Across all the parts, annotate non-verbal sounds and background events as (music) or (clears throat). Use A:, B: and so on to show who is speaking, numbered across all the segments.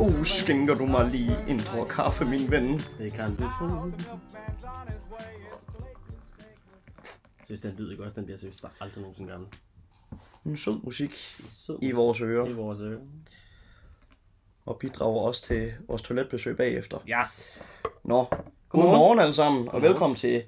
A: Uh, skænker du mig lige en tår kaffe, min ven?
B: Det kan du tro. Jeg synes, den lyder ikke også, den bliver seriøst bare aldrig nogensinde gammel.
A: En sød musik
B: Så,
A: i vores
B: I
A: ører,
B: vores ører.
A: og bidrager også til vores toiletbesøg bagefter.
B: Yes!
A: Nå, godmorgen alle sammen, og velkommen til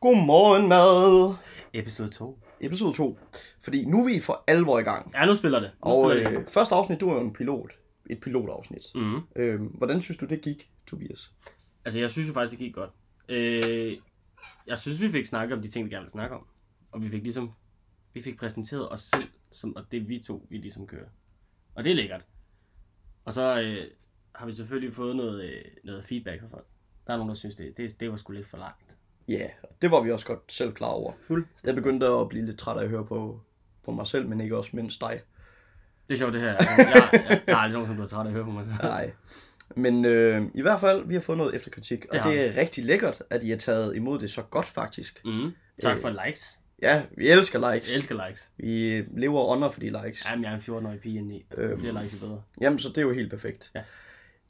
A: Godmorgen Mad,
B: Episode 2.
A: episode 2. Fordi nu er vi for alvor i gang.
B: Ja, nu spiller det. Nu
A: Og
B: spiller det.
A: øh, første afsnit, du er jo en pilot. Et pilotafsnit.
B: Mm.
A: Øhm, hvordan synes du, det gik, Tobias?
B: Altså, jeg synes jo faktisk, det gik godt. Øh, jeg synes, vi fik snakket om de ting, vi gerne vil snakke om. Og vi fik ligesom, vi fik præsenteret os selv, som, og det vi to, vi ligesom kører. Og det er lækkert. Og så øh, har vi selvfølgelig fået noget, øh, noget feedback fra folk. Der er nogen, der synes, det, det, det var sgu lidt for langt.
A: Ja, yeah, det var vi også godt selv klar over.
B: Fuld.
A: Jeg begyndte at blive lidt træt af at høre på, på mig selv, men ikke også mindst dig.
B: Det er sjovt, det her. Altså, jeg, jeg, jeg, er aldrig nogen, som bliver træt af at høre på mig selv.
A: Nej. Men øh, i hvert fald, vi har fået noget efterkritik, og det,
B: Det har
A: det er rigtig lækkert, at I har taget imod det så godt faktisk.
B: Mm. Tak for likes.
A: Ja, vi elsker likes.
B: Jeg elsker likes.
A: Vi lever under for de likes. Ja.
B: Jamen, jeg er en 14-årig pige indeni.
A: Øhm.
B: Flere likes er bedre.
A: Jamen, så det er jo helt perfekt.
B: Ja.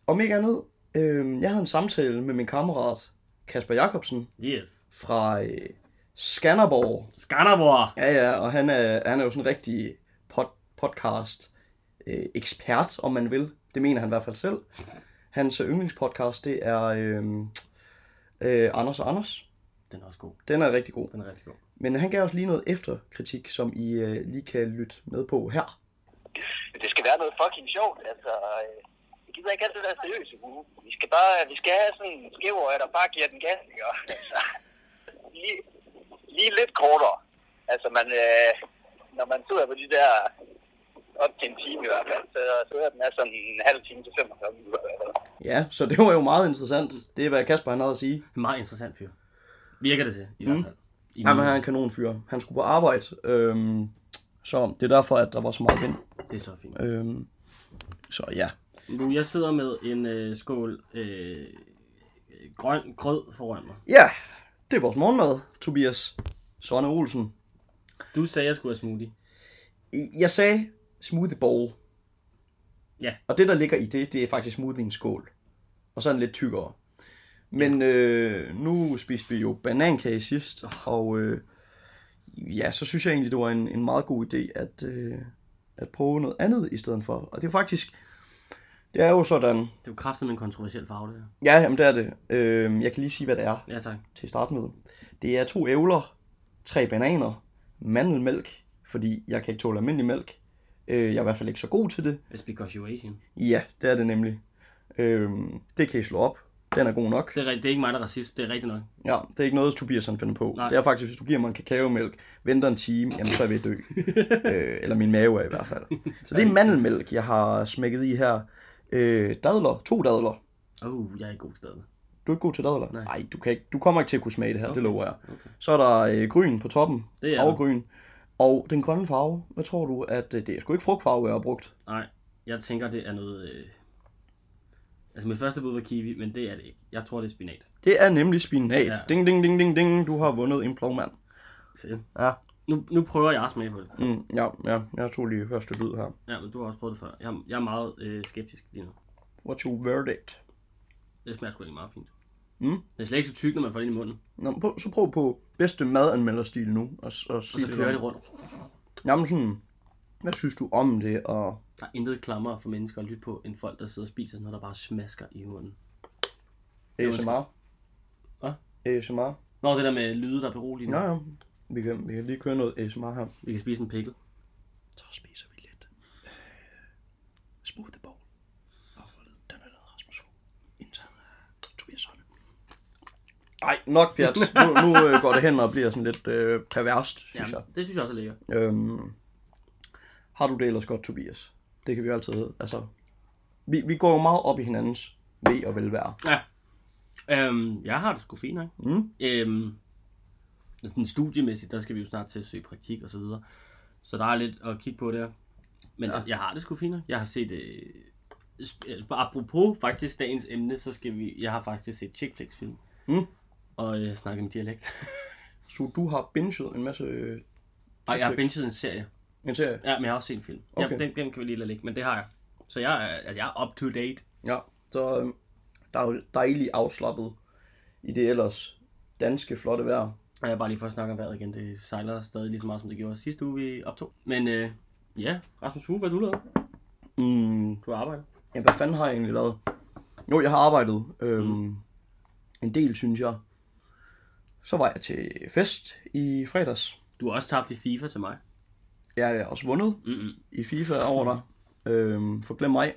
A: Om ikke andet, øh, jeg havde en samtale med min kammerat Kasper Jacobsen
B: Yes.
A: fra øh, Skanderborg.
B: Skanderborg.
A: Ja, ja, og han er, han er jo sådan en rigtig pod, podcast øh, ekspert, om man vil. Det mener han i hvert fald selv. Hans øh, yndlingspodcast, det er øh, øh, Anders og Anders.
B: Den er også god.
A: Den er rigtig god.
B: Den er rigtig god.
A: Men han gav os lige noget efterkritik, som I øh, lige kan lytte med på her.
C: det skal være noget fucking sjovt. Altså, øh, jeg gider ikke altid være seriøs. Vi skal bare, vi skal have sådan en skævår, der bare giver den gas, ikke? Og, Altså, lige, lige lidt kortere. Altså, man, øh, når man sidder på de der op til en time i hvert fald, så, så er den er sådan en halv time til 35 minutter. i hvert fald.
A: Ja, så det var jo meget interessant. Det er, hvad Kasper han havde at sige.
B: Meget interessant fyr. Virker det til, i hvert fald. I
A: Jamen,
B: min-
A: han er en kanonfyr. Han skulle på arbejde, øhm, så det er derfor, at der var så meget vind.
B: Det er så fint.
A: Øhm, så ja.
B: Nu, jeg sidder med en øh, skål øh, grøn grød foran mig.
A: Ja, det er vores morgenmad, Tobias Sonne Olsen.
B: Du sagde, jeg skulle have smoothie.
A: Jeg sagde smoothie bowl.
B: Ja.
A: Og det, der ligger i det, det er faktisk smoothie i en skål. Og så er den lidt tykkere. Men øh, nu spiste vi jo banankage sidst, og øh, ja, så synes jeg egentlig, det var en, en meget god idé at, øh, at prøve noget andet i stedet for. Og det er faktisk, det er jo sådan,
B: Det er jo kraftigt med en kontroversiel farve, det her.
A: ja, jamen det er det. Øh, jeg kan lige sige, hvad det er.
B: Ja, tak.
A: til at starte med. Det er to ævler, tre bananer, mandelmælk, fordi jeg kan ikke tåle almindelig mælk. Øh, jeg er i hvert fald ikke så god til det.
B: It's because you're Asian.
A: Ja, det er det nemlig. Øh, det kan I slå op. Den er god nok.
B: Det er, ri- det er ikke mig, der er racist. Det er rigtigt nok.
A: Ja, det er ikke noget, Tobias han finder på.
B: Nej.
A: Nej. Det er faktisk, hvis du giver mig en kakaomælk, venter en time, jamen så er jeg ved (laughs) at dø. øh, eller min mave er i hvert (laughs) fald. Så det er mandelmælk, jeg har smækket i her. Øh, dadler, to dadler.
B: Uh, jeg er ikke god stadig.
A: Du er ikke god til dadler?
B: Nej.
A: Nej, du, kan ikke, du kommer ikke til at kunne smage det her, okay.
B: Okay.
A: det lover jeg.
B: Okay.
A: Så er der øh, gryn på toppen,
B: Det er der.
A: havregryn. Og den grønne farve, hvad tror du, at øh, det er sgu ikke frugtfarve, jeg har brugt?
B: Nej, jeg tænker, det er noget... Øh... Altså, mit første bud var kiwi, men det er det ikke. Jeg tror, det er spinat.
A: Det er nemlig spinat.
B: Ja.
A: Ja. Ding, ding, ding, ding, ding, du har vundet en plovmand.
B: Fedt.
A: Ja.
B: Nu, nu prøver jeg at smage på det.
A: Mm, ja, ja, jeg tog lige første lyd her.
B: Ja, men du har også prøvet det før. Jeg, jeg er meget øh, skeptisk lige nu.
A: What's your verdict?
B: Det smager sgu egentlig meget fint.
A: Mm.
B: Det er slet ikke så tyk, når man får det ind i munden.
A: Nå, prøv, så prøv på bedste madanmelderstil nu, og, s- og
B: Og
A: sig
B: så kører
A: om-
B: det rundt.
A: Jamen sådan, hvad synes du om det, og
B: Der er intet klammere for mennesker at lytte på, end folk, der sidder og spiser sådan noget, der bare smasker i munden.
A: ASMR?
B: Hvad?
A: ASMR?
B: Nå, det der med lyde, der beroligende.
A: Ja, ja. Vi kan, vi kan lige køre noget ASMR her.
B: Vi kan spise en pikkel.
A: Så spiser vi lidt øh, smoothie bowl. Og den er lavet af Rasmus Fogh. Indtaget af Tobias Holm. Ej, nok (laughs) pjat. Nu, nu øh, går det hen og bliver sådan lidt øh, perverst, synes ja.
B: det synes jeg også er lækkert.
A: jeg. Øhm, har du det ellers godt, Tobias? Det kan vi jo altid, altså... Vi, vi går jo meget op i hinandens ved og velvære.
B: Ja. Øhm, jeg har det sgu fint, ikke?
A: Mm.
B: Øhm, sådan studiemæssigt, der skal vi jo snart til at søge praktik og så videre. Så der er lidt at kigge på der. Men ja.
A: Ja.
B: jeg har det sgu fint. ikke? Jeg har set... Øh, sp- altså, apropos faktisk dagens emne, så skal vi... Jeg har faktisk set chick flicks film.
A: Mm.
B: Og øh, snakket med dialekt.
A: Så du har binget en masse... Øh,
B: Og jeg har
A: Chick flicks.
B: binget en serie.
A: en serie?
B: Ja, men jeg har også set en film. Okay.
A: Okay.
B: Ja, den, den kan vi lige lade ligge, men det har jeg. Så jeg er, altså, jeg er up to date.
A: Ja. Så øh, der er jo dejligt afslappet i det ellers danske flotte vejr.
B: Og jeg er bare lige for at snakke om vejret igen. Det sejler stadig lige så meget, som det gjorde sidste uge, vi optog. Men øh, ja, Rasmus Hue, hvad har du lavet?
A: Mm,
B: Du arbejder.
A: ja, hvad fanden har jeg egentlig lavet? Jo, jeg har arbejdet. Øhm, mm. En del, synes jeg. Så var jeg til fest i fredags.
B: Du har også tabt i FIFA til mig.
A: Jeg har også vundet
B: Mm-mm.
A: i FIFA over dig. Øhm, for glem mig.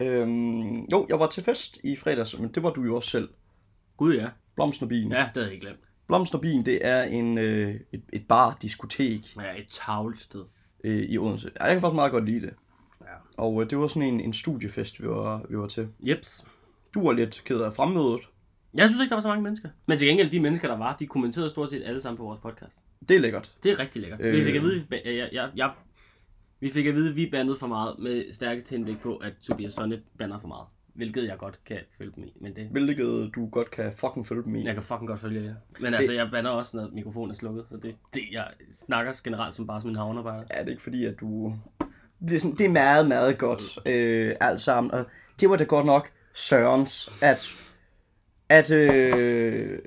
A: Øhm, jo, jeg var til fest i fredags, men det var du jo også selv.
B: Gud ja.
A: Blomsterbien.
B: Ja, det havde jeg ikke glemt.
A: Blomsterbien, det er en, øh, et, et bar, diskotek
B: Ja, et tavlsted.
A: øh, i Odense. Ja, Jeg kan faktisk meget godt lide det.
B: Ja.
A: Og øh, det var sådan en, en studiefest, vi var, vi var til.
B: Jeps.
A: Du var lidt ked af fremmødet.
B: Jeg synes ikke, der var så mange mennesker. Men til gengæld, de mennesker, der var, de kommenterede stort set alle sammen på vores podcast.
A: Det er lækkert.
B: Det er rigtig lækkert. Øh... Vi
A: Øh.
B: fik at vide, vi, ba- jeg, jeg, jeg, vi fik at vide, at vi bandede for meget med stærkest henblik på, at Tobias Sonne bander for meget. Hvilket jeg godt kan følge dem i. Men det,
A: Hvilket du godt kan fucking følge dem i.
B: jeg kan fucking godt følge jer. Men altså, jeg bander også, når mikrofonen er slukket. Så det, det jeg snakker generelt som bare som en havnearbejder.
A: Er det ikke fordi, at du... Det er, sådan, det er meget, meget godt øh, alt sammen. Og det var da godt nok Sørens, at... At... Øh,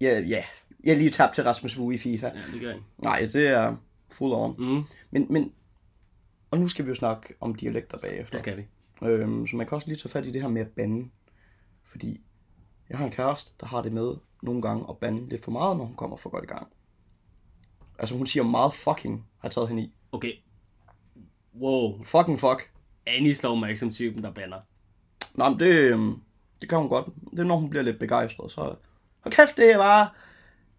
A: ja, ja, jeg lige tabte til Rasmus Wu i FIFA.
B: Ja, det gør jeg.
A: Nej, det er full on.
B: Mm,
A: Men, men, og nu skal vi jo snakke om dialekter bagefter.
B: det skal vi.
A: Øhm, så man kan også lige tage fat i det her med at bande. Fordi jeg har en kæreste, der har det med nogle gange at bande lidt for meget, når hun kommer for godt i gang. Altså hun siger meget fucking, har jeg taget hende i.
B: Okay. Wow.
A: Fucking fuck.
B: Annie slår mig ikke som typen, der bander.
A: Nå, men det, øhm, det kan hun godt. Det er når hun bliver lidt begejstret, så... Hold kæft, det er bare...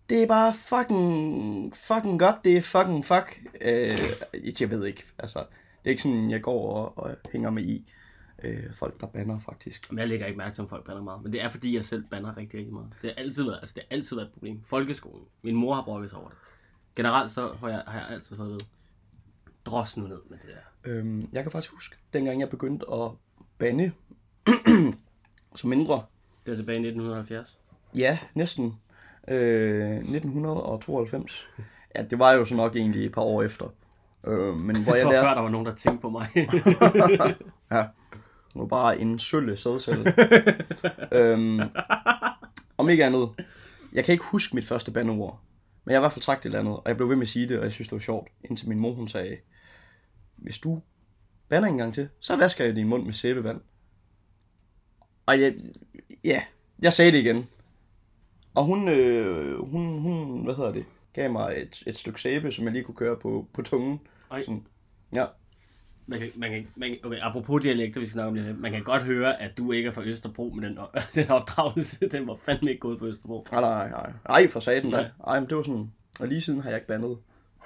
A: Det er bare fucking, fucking godt, det er fucking fuck. Øh, jeg ved ikke, altså, det er ikke sådan, jeg går og, og hænger med i øh, folk, der banner faktisk.
B: Men jeg lægger ikke mærke til, om folk bander meget. Men det er, fordi jeg selv bander rigtig, rigtig meget. Det har altid været, altså, det har altid været et problem. Folkeskolen. Min mor har brokket sig over det. Generelt så har jeg, har jeg altid fået ved. Dros nu ned med det der.
A: Øhm, jeg kan faktisk huske, dengang jeg begyndte at bande (clears throat) som mindre.
B: Det er tilbage i 1970.
A: Ja, næsten. Øh, 1992. Ja, det var jo så nok egentlig et par år efter. Øh, men hvor
B: Jeg
A: jeg
B: tror,
A: lærte,
B: før der var nogen, der
A: (laughs)
B: tænkte på mig.
A: det var bare en sølle sædcelle. øhm, om ikke andet, jeg kan ikke huske mit første bandeord. Men jeg har i hvert fald sagt et eller andet, og jeg blev ved med at sige det, og jeg synes, det var sjovt, indtil min mor hun sagde, hvis du bander en gang til, så vasker jeg din mund med sæbevand. Og jeg, ja, jeg sagde det igen. Og hun, øh, hun, hun hvad hedder det, gav mig et, et stykke sæbe, som jeg lige kunne køre på, på tungen.
B: Ej.
A: Sådan, ja,
B: man kan, man kan, man kan, okay, apropos dialekter, vi snakker om det Man kan godt høre, at du ikke er fra Østerbro, men den, (laughs) den opdragelse, den var fandme ikke gået på Østerbro.
A: Nej, nej, nej. Ej, for satan
B: Nej.
A: da. Ej, men det var sådan... Og lige siden har jeg ikke bandet.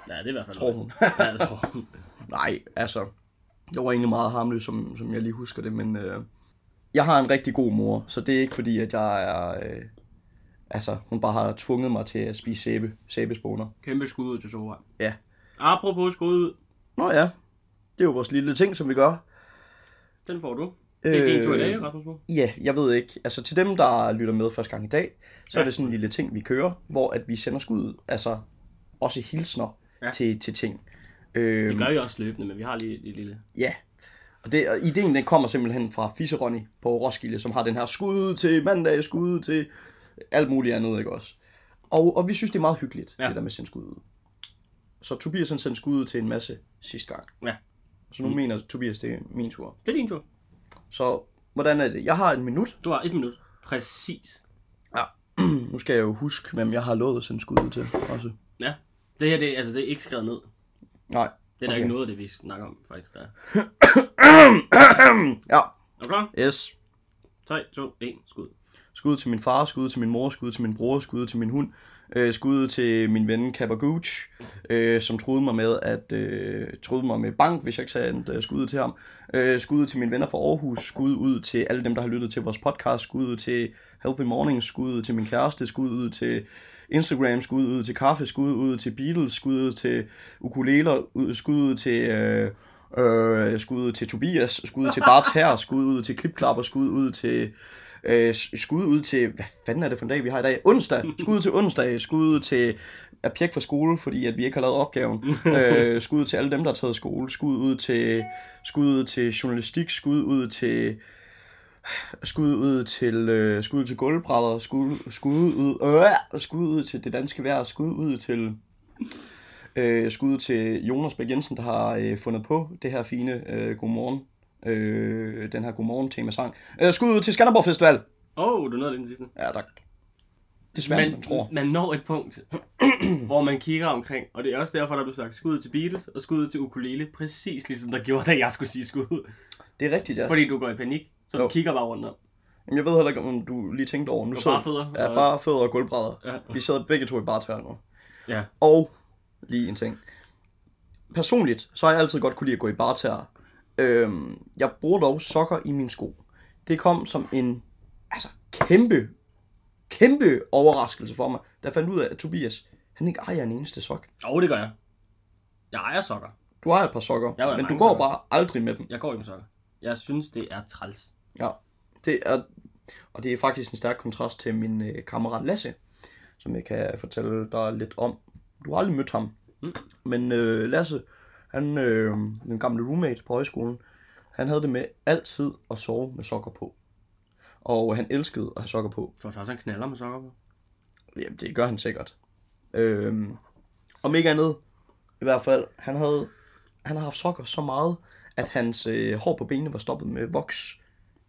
B: Ja, det er i hvert fald.
A: Tror hun.
B: Ja, det tror
A: (laughs)
B: hun.
A: Nej, altså... Det var egentlig meget harmløst, som, som jeg lige husker det, men... Øh, jeg har en rigtig god mor, så det er ikke fordi, at jeg er... Øh, altså, hun bare har tvunget mig til at spise sæbe, sæbesponer.
B: Kæmpe skud ud til Sora.
A: Ja.
B: Apropos skud ud,
A: Nå ja, det er jo vores lille ting, som vi gør.
B: den får du. Det er din tur i dag,
A: Øh,
B: Rasmus. Bo.
A: Ja, jeg ved ikke. Altså til dem, der lytter med første gang i dag, så ja. er
B: Ja.
A: det sådan en lille ting, vi kører, hvor at vi sender skud, ud. altså også hilsner
B: Ja.
A: ja. til, til ting. Øh,
B: Det gør vi også løbende, men vi har lige et lille...
A: Ja. Og, det, og ideen den kommer simpelthen fra Fisse Ronny på Roskilde, som har den her skud til mandag, skud til alt muligt andet, ikke også? Og, og vi synes, det er meget hyggeligt,
B: Ja.
A: ja. det der med at sende skud ud. Så Tobias han sendte skud ud til en masse sidste gang.
B: Ja.
A: Så nu mm. mener Tobias, det er min tur.
B: Det er din tur.
A: Så hvordan er det? Jeg har en minut. (clears throat)
B: Du har et minut. Præcis.
A: nu skal jeg jo huske, hvem jeg har lovet at sende skud ud til også.
B: Ja. Det her, det, er- altså, det er ikke skrevet ned.
A: Nej.
B: Det er okay.
A: Okay.
B: ikke noget af det, vi snakker om, faktisk. Der. er.
A: Ja,
B: Er du klar?
A: yes.
B: 3, 2, 1, skud.
A: Skud til min far, skud til min mor, skud til min bror, skud til min hund, øh, skud til min ven Kapagooch, øh, som troede mig med at øh, troede mig med bank, hvis jeg ikke sagde et øh, skud til ham. Øh, skud til mine venner fra Aarhus, skud ud til alle dem, der har lyttet til vores podcast, skud ud til Healthy Morning, skud ud til min kæreste, skud ud til Instagram, skud ud til kaffe, skud ud til Beatles, skud ud til ukuleler, ud- skud ud til... Øh, Øh, skud ud til Tobias, skud ud til Bart her, skud ud til Klipklapper, skud ud til Øh, s- skud ud til, hvad fanden er det for en dag, vi har i dag? Onsdag. Skud ud til onsdag. Skud ud til at pjekke fra skole, fordi at vi ikke har lavet opgaven. Øh, skud ud til alle dem, der har taget skole. Skud ud til, skud ud til journalistik. Skud ud til Skud ud til, øh, skud ud til gulvbrædder, skud, skud, ud, øh, skud ud til det danske vejr, skud ud til øh, skud ud til Jonas Bæk Jensen, der har øh, fundet på det her fine øh, godmorgen, øh, den her godmorgen temasang. Øh, skud ud til Skanderborg Festival.
B: Åh, oh, du nåede det den sidste.
A: Ja, tak. Desværre, man, man tror.
B: man når et punkt, (clears throat) hvor man kigger omkring, og det er også derfor, der blev sagt skud til Beatles og skud til ukulele, præcis ligesom der gjorde, da jeg skulle sige skud.
A: Det er rigtigt, ja.
B: Fordi du går i panik, så du
A: Jo.
B: kigger bare rundt om.
A: Jamen, jeg ved heller ikke, om du lige tænkte over. Nu
B: Og
A: sidder-
B: bare fødder.
A: Ja,
B: Og-
A: bare fødder og gulvbrædder.
B: Ja.
A: Vi sad begge to i bartøjer nu.
B: Ja.
A: Og lige en ting. Personligt, så har jeg altid godt kunne lide at gå i bartøjer. Øhm, jeg bruger dog sokker i mine sko. Det kom som en altså, kæmpe, kæmpe overraskelse for mig, da jeg fandt ud af, at Tobias, han ikke ejer en eneste sok.
B: Jo, det gør jeg. Jeg ejer sokker.
A: Du ejer et par sokker,
B: Jeg har
A: men du
B: mange
A: går
B: sokker.
A: bare aldrig med dem.
B: Jeg går ikke med sokker. Jeg synes, det er træls.
A: Ja, det er, og det er faktisk en stærk kontrast til min øh, kammerat Lasse, som jeg kan fortælle dig lidt om. Du har aldrig mødt ham,
B: Mm.
A: men øh, Lasse, han, øh, den gamle roommate på højskolen, han havde det med altid at sove med sokker på. Og han elskede at have sokker på.
B: Jeg tror du også, han knaller med sokker på.
A: Jamen, det gør han sikkert. Øhm, om ikke andet, i hvert fald, han havde, han havde haft sokker så meget, at hans øh, hår på benene var stoppet med voks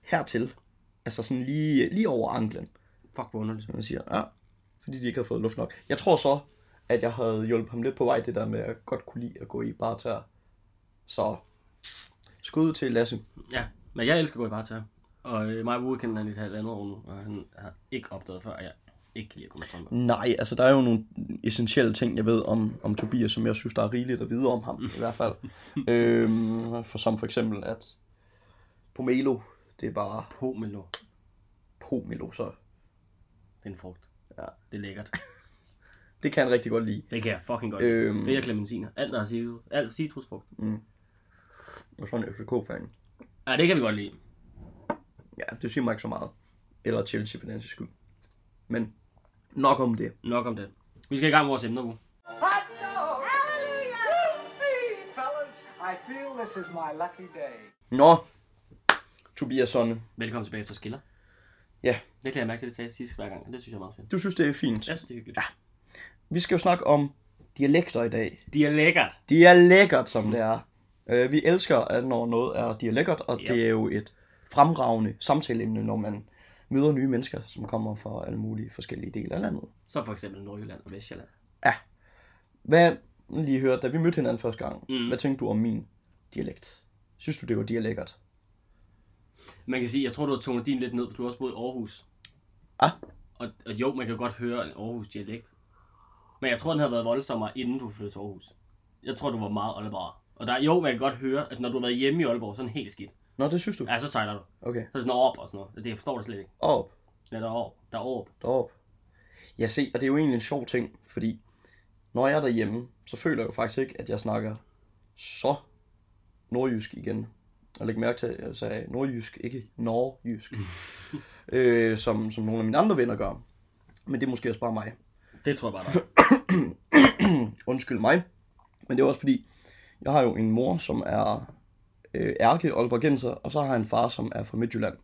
A: hertil. Altså sådan lige, lige over anklen,
B: Fuck, hvor underligt.
A: som man siger. Ja, fordi de ikke havde fået luft nok. Jeg tror så, at jeg havde hjulpet ham lidt på vej, det der med at godt kunne lide at gå i bare tør. Så skud til Lasse.
B: Ja, men jeg elsker at gå i bartøj. Og øh, mig og Uwe kender han i et halvt andet år nu, og han har ikke opdaget før, at jeg ikke kan lide at gå med strømper.
A: Nej, altså der er jo nogle essentielle ting, jeg ved om, om Tobias, som jeg synes, der er rigeligt at vide om ham, i hvert fald. øhm, for som for eksempel, at pomelo, det er bare
B: Pomelo,
A: pomelo, så
B: det er en frugt.
A: Ja.
B: Det er lækkert.
A: det kan han rigtig godt lide.
B: Det kan jeg fucking godt. Øh,
A: Øhm,
B: det er jeg clementiner. Alt, der har citrus, alt citrusfrugt.
A: Og så en FCK-fan.
B: Ja, det kan vi godt lide.
A: Ja, det siger mig ikke så meget. Eller Chelsea for den sags skyld. Men nok om det.
B: Nok om det. Vi skal i gang med vores emner nu.
D: Hot dog! Hallelujah! Yippee! Fellas, I feel this is my lucky day.
A: Nå, Tobias Sonne.
B: Velkommen tilbage efter skiller.
A: Ja.
B: Det kan jeg mærke til, at det sagde sidste hver gang, og det synes jeg er meget fedt.
A: Du synes, det er fint.
B: Jeg synes, det er hyggeligt.
A: Vi skal jo snakke om dialekter i dag.
B: De er lækkert.
A: De er lækkert,
B: Mm.
A: som det er. Øh, vi elsker, at når noget er, de er lækkert, og
B: Ja.
A: yep. det er jo et fremragende samtaleemne, når man møder nye mennesker, som kommer fra alle mulige forskellige dele af landet.
B: Som for eksempel Nordjylland og Vestjylland.
A: Hvad, lige hørte, da vi mødte hinanden første gang,
B: Mm.
A: mm. hvad tænkte du om min dialekt? Synes du, det var dialektet?
B: Man kan sige, jeg tror, du har tonet din lidt ned, for du har også boet i Aarhus.
A: Ah.
B: Og, og jo, man kan godt høre en Aarhus-dialekt. Men jeg tror, den havde været voldsommere, inden du flyttede til Aarhus. Jeg tror, du var meget Aalborg. Og der, jo, man kan godt høre, at når du har været hjemme i Aalborg, så er den helt skidt.
A: Nå, det synes du?
B: Ja, så sejler du.
A: Okay.
B: Så er det sådan op og sådan noget. Det jeg forstår det slet ikke.
A: Op,
B: Ja, der er op. Der er op.
A: derop. Ja, se, og det er jo egentlig en sjov ting, fordi når jeg er derhjemme, så føler jeg jo faktisk ikke, at jeg snakker så nordjysk igen. Og læg mærke til, at jeg sagde nordjysk, ikke norjysk, øh, som, som nogle af mine andre venner gør. Men det er måske også bare mig.
B: Det tror jeg bare, der er.
A: Undskyld mig. Men det er også fordi, jeg har jo en mor, som er øh, ærke Aalborgenser, og så har jeg en far, som er fra Midtjylland.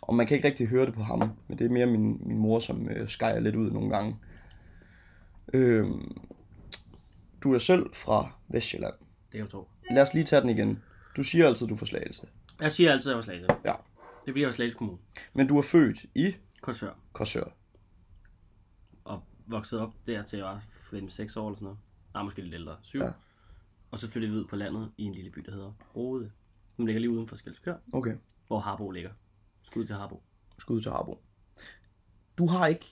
A: Og man kan ikke rigtig høre det på ham, men det er mere min, min mor, som øh, skærer lidt ud nogle gange. Øh, du er selv fra Vestjylland.
B: Det er jo to.
A: Lad os lige tage den igen. Du siger altid, du er fra Slagelse.
B: Jeg siger altid, at jeg var Slagelse.
A: Ja.
B: Det bliver jo Slagelse Kommune.
A: Men du er født i
B: Korsør.
A: Korsør.
B: og voksede op der til jeg var 5-6 år eller sådan noget. Nej, måske lidt ældre. 7. Ja.
A: Ja.
B: Og så flyttede vi ud på landet i en lille by, der hedder Rode. Den ligger lige uden for Skelskør,
A: Okay.
B: hvor Harbo ligger. Skud til Harbo.
A: Skud til Harbo. Du har ikke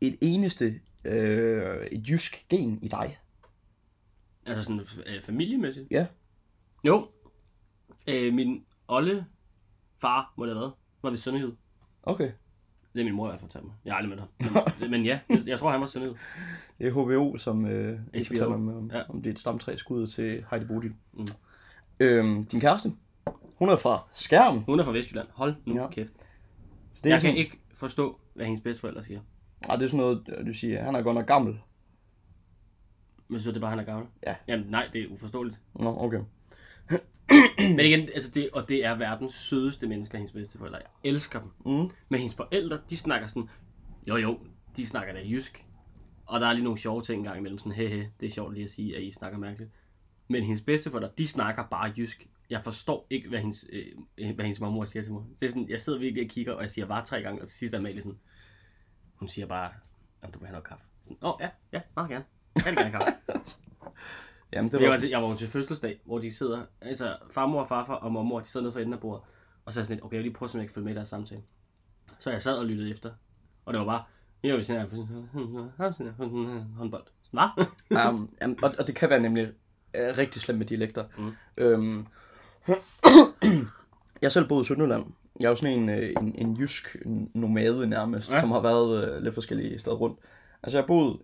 A: et eneste øh, et jysk gen i dig.
B: Altså sådan øh, familiemæssigt.
A: Ja.
B: Jo. Øh, min olde far må det have været. Var det Sønderjyd?
A: Okay.
B: Det er min mor, jeg har fortalt mig. Jeg har aldrig
A: (laughs)
B: mødt ham. Men, men ja, jeg, jeg tror, han var Sønderjyd.
A: Det er HBO, som øh,
B: HBO.
A: jeg fortæller om, om,
B: Ja.
A: ja. om det er et stamtræ skud til Heidi Bodil.
B: Mm.
A: Mm. Øhm, din kæreste, hun er fra Skærm.
B: Hun er fra Vestjylland. Hold nu ja.
A: Ja.
B: kæft.
A: Så
B: Jeg kan
A: sådan,
B: ikke forstå, hvad hendes bedsteforældre siger.
A: Ej, det er sådan noget, øh, du siger, han er godt nok gammel.
B: Men så er det bare, han er gammel.
A: Ja.
B: Jamen nej, det er uforståeligt.
A: Nå, okay.
B: Men igen, altså det, og det er verdens sødeste mennesker, hendes bedsteforældre. Jeg elsker dem.
A: Mm.
B: Men hendes forældre, de snakker sådan, jo jo, de snakker da jysk. Og der er lige nogle sjove ting engang imellem, sådan, hehe, det er sjovt lige at sige, at I snakker mærkeligt. Men hendes bedsteforældre, de snakker bare jysk. Jeg forstår ikke, hvad hendes, øh, øh, hvad hendes mormor siger til mig. Det er sådan, jeg sidder virkelig og kigger, og jeg siger bare tre gange, og til sidst er Amalie sådan, hun siger bare, om du vil have noget kaffe. Sådan, Åh, oh, ja, ja, meget gerne. Jeg vil gerne have kaffe.
A: Jamen, det
B: Jeg
A: var (laughs)
B: var,
A: også...
B: til, jeg var jo til fødselsdag, hvor de sidder, altså farmor, farfar og mormor, de sidder nede for enden af bordet, og så er jeg sådan lidt, okay, jeg vil lige prøve, så jeg kan følge med i deres samtale. Så jeg sad og lyttede efter, og det var bare, jeg vil sige, håndbold. Hvad?
A: um, um, og, og det kan være nemlig øh, rigtig slemt med dialekter.
B: Mm.
A: Mm. Øhm, (clears throat) jeg har selv boet i Sønderland. Jeg er jo sådan en, øh, en, en jysk nomade nærmest,
B: Ja.
A: ja. som har været øh, lidt forskellige steder rundt. Altså jeg har boet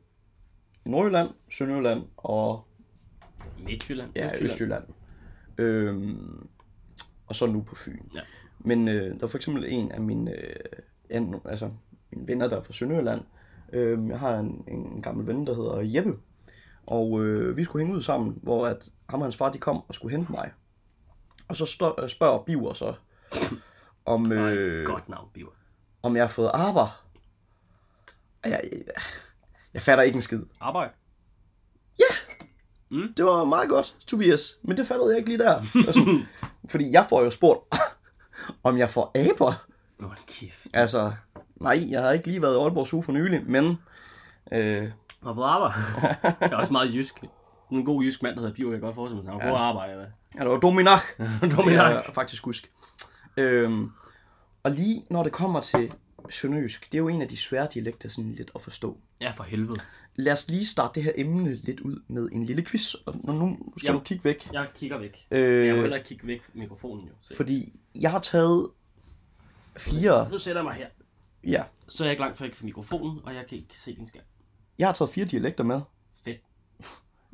A: i Nordjylland, Sønderjylland og
B: (laughs) Midtjylland.
A: Ja, Østjylland. Østjylland. Øhm, og så nu på Fyn.
B: Ja.
A: Men øh, der var for eksempel en af mine, øh, en, altså, mine venner, der er fra Sønderjylland. Øhm, jeg har en, en gammel ven, der hedder Jeppe. Og øh, vi skulle hænge ud sammen, hvor at ham og hans far de kom og skulle hente mig. Og så stå, øh, spørger Biver så, om,
B: Øh.
A: øh,
B: Godt navn, Biver.
A: om jeg har fået arbejde. Og jeg, jeg, jeg fatter ikke en skid.
B: Arbejde.
A: Det var meget godt, Tobias, men det fattede jeg ikke lige der. Altså,
B: (laughs)
A: fordi jeg får jo spurgt, (laughs) om jeg får aber.
B: Nå, hold kæft.
A: Altså, nej, jeg har ikke lige været i Aalborg Zoo for nylig, men... Øh,
B: Og på
A: (laughs)
B: arbejde. Jeg er også meget jysk. Sådan En god jysk mand, der hedder Biver, kan jeg godt forestille mig. Han var på arbejde, eller hvad?
A: jeg var
B: (laughs)
A: dominak,
B: Dominak.
A: jeg faktisk huske. Øhm, og lige når det kommer til sønderjysk, det er jo en af de svære dialekter sådan lidt at forstå.
B: Ja, for helvede.
A: Lad os lige starte det her emne lidt ud med en lille quiz. Og nu, nu skal
B: Jamen.
A: du kigge væk.
B: Jeg kigger væk. Jeg må
A: Øh,
B: hellere kigge væk fra mikrofonen, jo. Så.
A: fordi jeg har taget fire...
B: Nu sætter jeg mig her.
A: Ja,
B: Så er jeg ikke langt væk fra mikrofonen, og jeg kan ikke se din skærm.
A: jeg har taget fire dialekter med.
B: Fedt.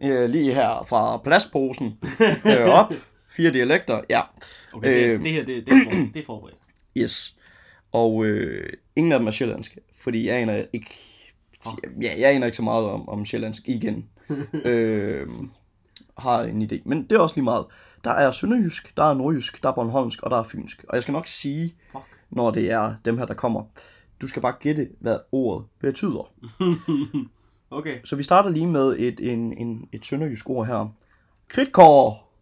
A: øh, lige her fra plastposen øh, op. Fire dialekter, ja.
B: Okay, det,
A: Øhm.
B: det her, det, det, er forberedt. det er forberedt.
A: Yes. Og øh, ingen af dem er sjællandsk, fordi jeg aner ikke, ja, jeg aner ikke så meget om, om sjællandsk igen. øh, har en idé, men det er også lige meget. Der er sønderjysk, der er nordjysk, der er bornholmsk og der er fynsk. Og jeg skal nok sige,
B: Fuck.
A: når det er dem her, der kommer. Du skal bare gætte, hvad ordet betyder.
B: Okay.
A: Så vi starter lige med et, en, en, et sønderjysk ord her. Kridtkår.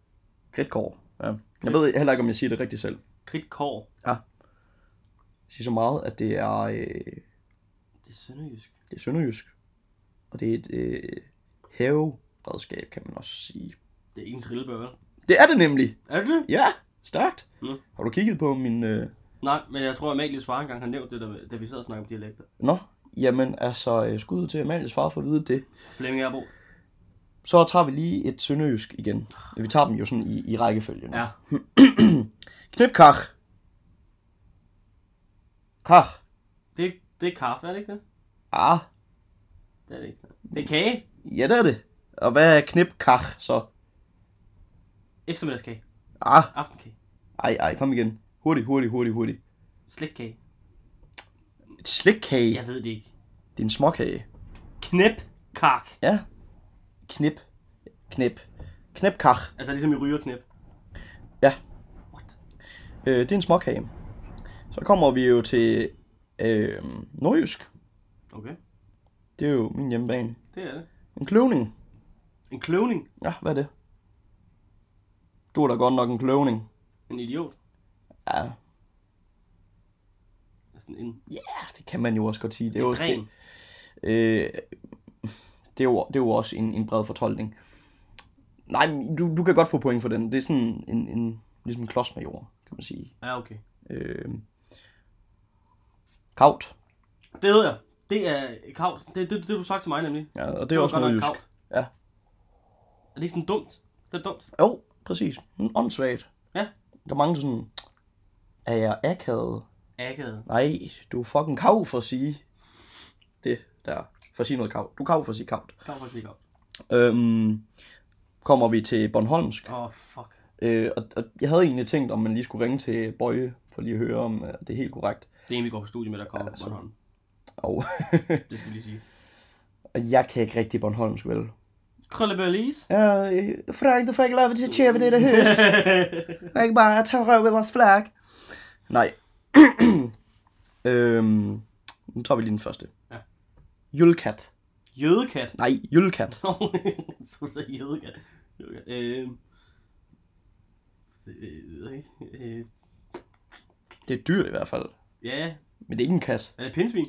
A: Kridtkår, ja. Jeg ved heller ikke, om jeg siger det rigtigt selv.
B: Kridtkår.
A: Jeg siger så meget, at det er, øh,
B: Det er sønderjysk.
A: det er sønderjysk. Og det er et øh, haveredskab, kan man også sige.
B: Det er ikke en trillebørger.
A: Det er det nemlig.
B: Er det det?
A: Ja, stærkt.
B: Ja.
A: Har du kigget på min... Øh...
B: Nej, men jeg tror, at Amalies far engang har nævnt det, da, da vi sad og snakkede om dialekter.
A: Nå, jamen altså, øh, skud ud til Amalies far for at vide det.
B: Flemming Erbo.
A: Så tager vi lige et sønderjysk igen. Vi tager dem jo sådan i, i rækkefølge nu.
B: Ja.
A: (clears throat) Knipkach. Kach.
B: Det, det er kaffe, er det ikke det?
A: Ah,
B: Det er det ikke. Det er kage.
A: Ja, det er det. Og hvad er knipkach så?
B: Eftermiddagskage.
A: Ah,
B: Aftenkage.
A: ej, ej, kom igen. Hurtigt, hurtigt, hurtigt, hurtigt.
B: Slikkage.
A: Et slikkage. Ja.
B: Jeg ved det ikke.
A: Det er en småkage.
B: Knip. Kak.
A: Ja. Knip. Knip. Knipkach.
B: Altså ligesom i rygerknip.
A: Øh, det er en småkage. Så kommer vi jo til øh, nordjysk.
B: Okay.
A: Det er jo min hjemmebane.
B: Det er det.
A: En kløvning.
B: En kløvning.
A: Ja, hvad er det? Du er da godt nok en kløvning.
B: En idiot.
A: Ja,
B: Altså en,
A: ja det kan man jo også godt sige. Det er jo,
B: en
A: også det,
B: gren.
A: Øh, det, er jo, det er jo også en, en bred fortolkning. Nej, men du, du kan godt få point for den. Det er sådan en, en ligesom en klodsmajor, kan man sige.
B: Ja, okay.
A: Øh, kaut.
B: Det ved jeg. Det er kavt. Det er det, det, du sagde til mig nemlig.
A: Ja, og det,
B: Det
A: er
B: var
A: også
B: godt
A: noget
B: nok
A: jysk.
B: kaut.
A: Ja.
B: Er det ikke sådan dumt? Det er dumt.
A: Jo, præcis. Mm, Åndssvagt.
B: Ja.
A: Der er mange der sådan, er jeg akavet?
B: Akavet.
A: Nej, du er fucking kav for at sige det der. For at sige noget kav. Du er kav for at sige kaut.
B: Kom faktisk ikke op.
A: Øhm, kommer vi til Bornholmsk.
B: Åh, oh, fuck.
A: Øh, og, og jeg havde egentlig tænkt, om man lige skulle ringe til Bøje, for lige at høre, om øh, det er helt korrekt.
B: Det er en, vi går på studie med, der kommer
A: Ja,
B: ja, på
A: så-
B: Bornholm.
A: Og (laughs)
B: Det skal vi lige sige. (laughs)
A: jeg kan ikke rigtig Bornholmsk, vel?
B: Krøllebøllis.
A: Øh, Frank, du får ikke lov til at tjeve det der
B: (laughs)
A: høs. Og ikke bare tage røv ved vores flag. Nej. (clears throat) øhm, nu tager vi lige den første.
B: Ja.
A: Julkat.
B: (laughs) Jødekat. (laughs)
A: Nej, julkat.
B: Så du sagde jødekat. Jødekat. Øhm. Det ved jeg ikke. Øh.
A: Det er dyrt i hvert fald.
B: Ja,
A: Men det er ikke en kat.
B: er det pindsvin?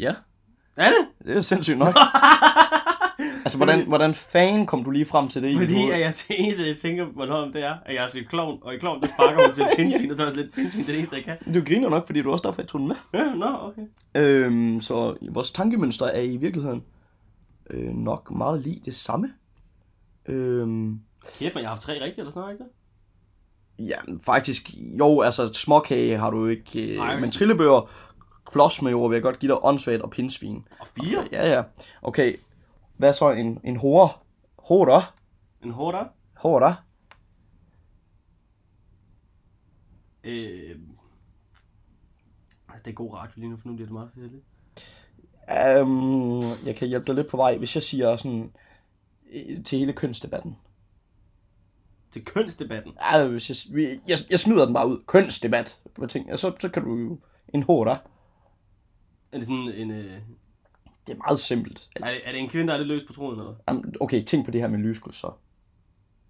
A: Ja,
B: Er det?
A: det er sindssygt
B: (laughs)
A: nok. altså, hvordan, hvordan fanden kom du lige frem til det? i dit
B: Fordi
A: hoved?
B: at jeg (laughs) det eneste, jeg tænker på Bornholm, det er, at jeg er sådan en klovn, og i klovn, der sparker hun til
A: (laughs)
B: et pindsvin, og så er jeg sådan lidt pindsvin, det er det eneste, jeg kan.
A: Du griner nok, fordi du også derfor, jeg tog den med.
B: Ja, nå, okay.
A: Øhm, så vores tankemønster er i virkeligheden øh, nok meget lige det samme. Øhm,
B: Kæft, men jeg har haft tre rigtige, eller sådan noget, ikke det?
A: ja, faktisk, jo, altså småkage har du ikke, øh,
B: Nej.
A: men trillebøger, klodsmajor vil jeg godt give dig, åndssvagt og pindsvin.
B: Og fire?
A: Ja, ja. Okay, hvad så en, en hore? Hoder?
B: En hårder?
A: Hoder?
B: Øh... Altså, det er god radio lige nu, for nu bliver det meget fedt.
A: Øhm, jeg kan hjælpe dig lidt på vej, hvis jeg siger sådan øh, til hele kønsdebatten.
B: Til kønsdebatten.
A: Ej, hvis jeg, vi- jeg, jeg smider den bare ud. Kønsdebat. Hvad tænker jeg? Så, så kan du jo en hoder.
B: Er det sådan en... Øh...
A: Det er meget simpelt.
B: Er, det, er det en kvinde, der er lidt løs på tråden, eller?
A: Jamen, Okay, tænk på det her med lyskryds så.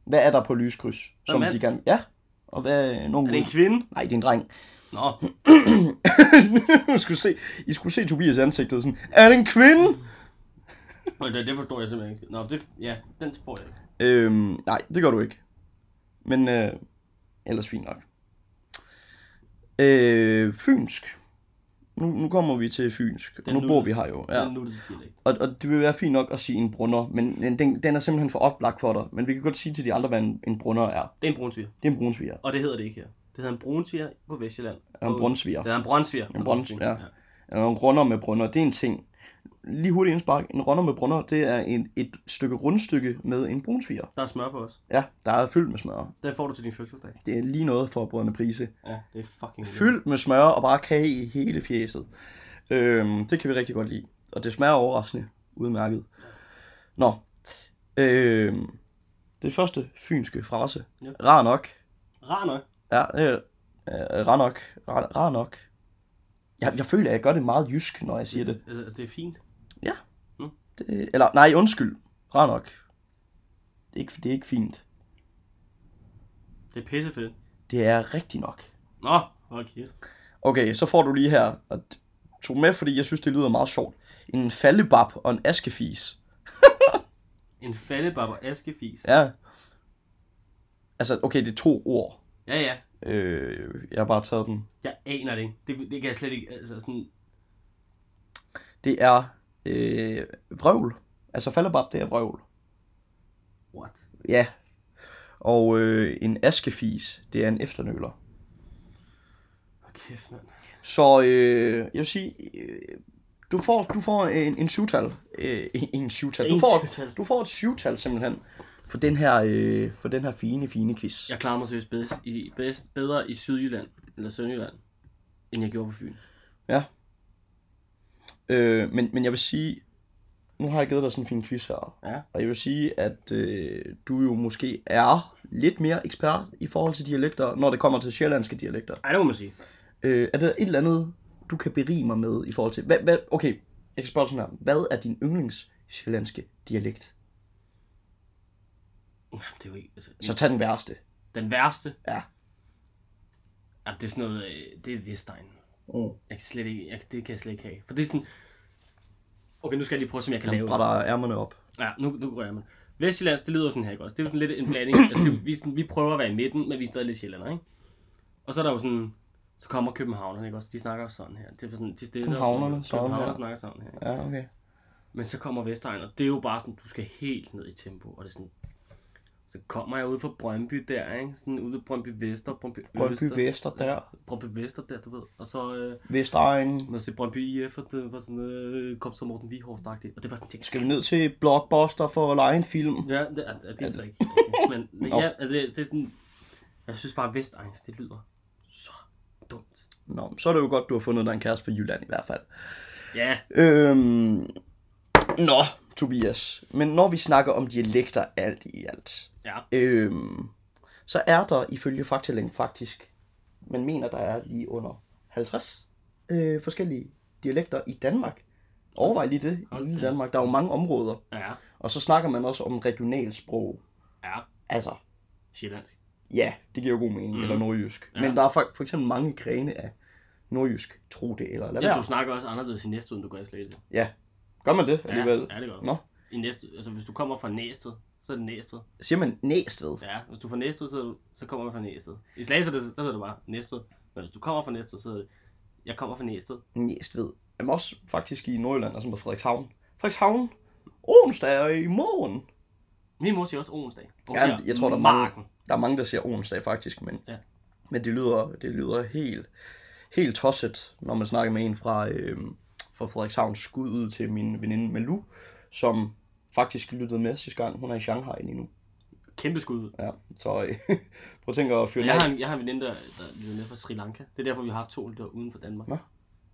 A: Hvad er der på lyskryds, som
B: mand.
A: de gerne... Ja, og hvad er nogen...
B: Er det en kvinde?
A: Nej, det er en dreng. (laughs)
B: Nå,
A: I, skulle se, I skulle se Tobias ansigtet sådan, er det en kvinde?
B: Nå, det, det forstår jeg simpelthen ikke. Nå, det, ja, den får jeg ikke.
A: Øhm, nej, det gør du ikke. Men øh, ellers fint nok. Øh, fynsk. Nu, nu kommer vi til fynsk.
B: er
A: nu,
B: nu-
A: bor vi her jo. Ja.
B: Ja. Den nuttede dialekt.
A: Og, og det vil være fint nok at sige en brunner, men men den, den er simpelthen for oplagt for dig. Men vi kan godt sige til de andre, hvad en, en brunner er.
B: Det er en brunsviger.
A: Det er en brunsviger.
B: Og det hedder det ikke her. Det hedder en brunsviger på Vestjylland.
A: Og en brunsviger.
B: Det hedder en brunsviger.
A: En brunsviger, ja. Eller en runder med brunner, det er en ting. Lige hurtigt indspark. En runder med brunner, det er en, et stykke rundstykke med en brunsviger.
B: Der er smør på os.
A: Ja, der er fyldt med smør.
B: Den får du til din fødselsdag.
A: Det er lige noget for brødrene prise.
B: Ja, det er fucking
A: Fyldt med smør og bare kage i hele fjeset. Øhm, det kan vi rigtig godt lide. Og det smager overraskende udmærket. Nå. Øhm, det første fynske frase.
B: Ja.
A: Rar nok.
B: Rar nok.
A: Ja, øh, øh, rar nok. Rar, rar nok. Jeg, jeg føler, at jeg gør det meget jysk, når jeg siger det.
B: Altså, det er fint.
A: det eller, nej, undskyld. Rar nok. Det er ikke, det er ikke fint.
B: Det er pissefedt.
A: Det er rigtigt nok.
B: Nå, hold kæft.
A: Okay, så får du lige her, og t- tog med, fordi jeg synes, det lyder meget sjovt. En faldebab og en askefis.
B: En faldebab og askefis. Ja,
A: Ja. Altså, okay, det er to ord.
B: ja. ja.
A: Øh, jeg har bare taget dem.
B: Jeg aner det ikke. Det, det kan jeg slet ikke. Altså, sådan,
A: Det er øh, vrøvl. Altså, faldebab, det er vrøvl.
B: what?
A: Ja. Og øh, en askefis, det er en efternøler.
B: Hold kæft, mand.
A: Så øh, jeg vil sige, øh, du får, du får en, en syvtal. Øh, en- en syvtal. Du
B: En
A: får,
B: syvtal.
A: du får et syvtal simpelthen for den her, øh, for den her fine, fine quiz. Ja.
B: Jeg klarer mig seriøst bedst, i, bedst, bedre i Sydjylland, eller Sønderjylland, end jeg gjorde på Fyn.
A: Øh, men, men jeg vil sige, nu har jeg givet dig sådan en fin quiz her.
B: Ja.
A: Og jeg vil sige, at øh, du jo måske er lidt mere ekspert i forhold til dialekter, når det kommer til sjællandske dialekter.
B: Ej, det må man sige.
A: Øh, er der et eller andet, du kan berige mig med i forhold til... Hvad, hvad, okay, jeg kan spørge sådan her. Hvad er din yndlings sjællandske dialekt?
B: Det er jo ikke... Altså,
A: Så tag den værste.
B: Den værste?
A: Ja.
B: Ja, det er sådan noget, øh, det er Vestegn.
A: Mm.
B: Jeg kan slet ikke, jeg, det kan jeg slet ikke have. For det er sådan, okay, nu skal jeg lige prøve, som jeg kan
A: Han
B: lave. det.
A: brætter ærmerne op.
B: Ja, nu, nu rører jeg mig. Vestjyllands, det lyder jo sådan her, ikke også? Det er jo sådan lidt en blanding. altså, det, er jo- vi, er sådan, vi prøver at være i midten, men vi er stadig lidt sjældent, ikke? Og så er der jo sådan, så kommer københavnerne, ikke også? De snakker også sådan her. Det er sådan, de stille,
A: Københavnerne, sådan
B: københavnerne
A: her.
B: snakker sådan her. ikke?
A: Ja, okay.
B: Men så kommer Vestegn, og det er jo bare sådan, du skal helt ned i tempo, og det er sådan, så kommer jeg ud fra Brøndby der, ikke? Sådan ude i Brøndby Vester, Brøndby,
A: Brøndby
B: Øster.
A: Vester der.
B: Brøndby Vester der, du ved. Og så øh,
A: Vestegn.
B: når jeg ser Brøndby IF, og det var sådan, øh, kom så Morten Vihorst Og det var sådan, det
A: Skal vi ned til Blockbuster for at lege en film?
B: Ja, det er, er det er så ikke. Men, men
A: Altså. Nå.
B: ja, altså, det, det er sådan, jeg synes bare, at Vestegns, det lyder så dumt.
A: Nå, så er det jo godt, du har fundet dig en kæreste fra Jylland i hvert fald.
B: Ja,
A: Øhm... Nå, Tobias, men når vi snakker om dialekter alt i alt,
B: Ja.
A: øhm, så er der ifølge Faktalæng faktisk, man mener, der er lige under 50 øh, forskellige dialekter i Danmark. Overvej lige det, i
B: Hold
A: lille
B: da.
A: Danmark. Der er jo mange områder.
B: Ja.
A: Og så snakker man også om regionalsprog.
B: Ja.
A: Altså,
B: Sjællandsk.
A: ja, det giver jo god mening, mm.
B: Mhm.
A: eller nordjysk. Ja.
B: Ja.
A: Men der er for, for eksempel mange grene af nordjysk, tro det eller lad
B: Ja, du
A: være.
B: snakker også anderledes i Næstved, end du gør i Slagelse.
A: Gør man det
B: Ja,
A: alligevel?
B: ja, det gør du.
A: Nå,
B: I Næstved, altså hvis du kommer fra Næstved, så er det Næstved.
A: siger man næstved?
B: Ja, hvis du er fra Næstved, så, så kommer man fra Næstved. I Slagelse, der, der hedder det bare Næstved. Men hvis du kommer fra Næstved, så hedder det, jeg kommer fra Næstved.
A: Næstved. Jamen også faktisk i Nordjylland, altså med Frederikshavn. Frederikshavn, onsdag i morgen.
B: Min mor siger også onsdag. Hun
A: Ja,
B: siger
A: jeg tror, der er
B: marken.
A: mange, der er mange, der siger onsdag faktisk, men,
B: Ja.
A: men det lyder, det lyder helt, helt tosset, når man snakker med en fra, øh, fra Frederikshavn skud ud til min veninde Malu, som faktisk lyttede med sidste gang. Hun er i Shanghai lige nu.
B: Kæmpe skud.
A: Ja, så øh, (laughs) prøv at tænke at fyre den
B: Jeg
A: af.
B: har, en, jeg har en veninde, der, der lyder med fra Sri Lanka. Det er derfor, vi har haft to der uden for Danmark.
A: Nå.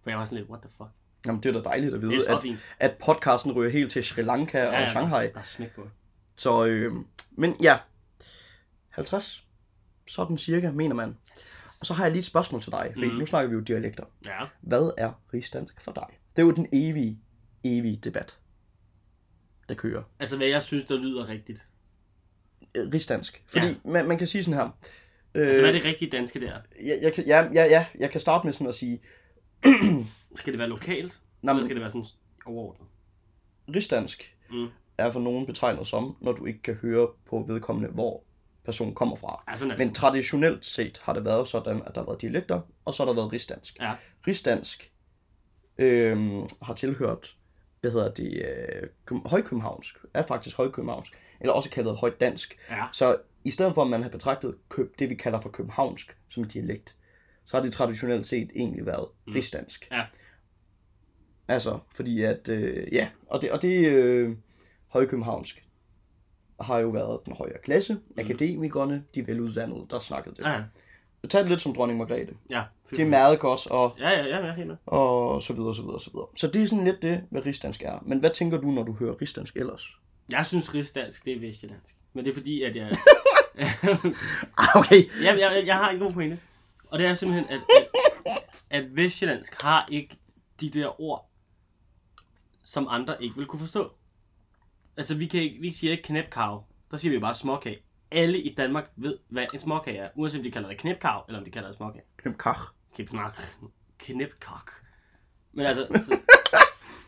B: For jeg var sådan lidt, what the fuck?
A: Jamen, det er da dejligt at
B: Det er
A: vide,
B: så
A: at,
B: fint.
A: at podcasten ryger helt til Sri Lanka ja, og Shanghai.
B: Der, der er smæk på.
A: Så, øh, men ja, 50, sådan cirka, mener man. Og så har jeg lige et spørgsmål til dig, for mm.
B: Mhm.
A: nu snakker vi jo dialekter.
B: Ja.
A: Hvad er rigsdansk for dig? Det er jo den evige, evige debat, der kører.
B: Altså, hvad jeg synes, der lyder rigtigt.
A: Øh, Rigsdansk. Fordi
B: Ja.
A: ja. man, man kan sige sådan her. Øh,
B: Altså, hvad er det rigtige danske der?
A: jeg, jeg, kan, ja, ja, ja, jeg kan starte med sådan at sige,
B: Skal det være lokalt?
A: Nå,
B: Eller
A: men-
B: skal det være sådan overordnet?
A: rigsdansk
B: Mm.
A: er for nogen betegnet som, når du ikke kan høre på vedkommende, hvor personen kommer fra.
B: Ja, sådan er det.
A: Men traditionelt set har det været sådan, at der har været dialekter, og så har der været rigsdansk.
B: Ja.
A: rigsdansk øh, har tilhørt, hvad hedder det, øh, kø- højkøbenhavnsk, er faktisk højkøbenhavnsk, eller også kaldet højdansk.
B: Ja.
A: Så i stedet for, at man har betragtet køb, det, vi kalder for københavnsk som en dialekt, så har det traditionelt set egentlig været mm. rigsdansk.
B: Ja.
A: Altså, fordi at, øh, ja, og det, og det øh, højkøbenhavnsk har jo været den højere klasse, mm. akademikerne, de veluddannede, der snakkede det.
B: Ja, ja.
A: Tag det lidt som dronning Margrethe.
B: ja.
A: Det er Madekos og
B: Ja, ja, ja, ja, helt med.
A: og så videre, så videre, så videre. Så det er sådan lidt det, hvad rigsdansk er. Men hvad tænker du, når du hører rigsdansk ellers?
B: Jeg synes, rigsdansk, det er vestjyllandsk. Men det er fordi, at jeg...
A: Ah, (laughs) okay.
B: Jamen, jeg, jeg, jeg har en god pointe. Og det er simpelthen, at, at, at vestjyllandsk har ikke de der ord, som andre ikke vil kunne forstå. Altså, vi, kan ikke, vi siger ikke knæpkarve. Der siger vi bare småkage. Alle i Danmark ved, hvad en småkage er. Uanset om de kalder det knæpkarve, eller om de kalder det småkage.
A: Knip kach.
B: Knipknak. Knipknak. Men altså, så,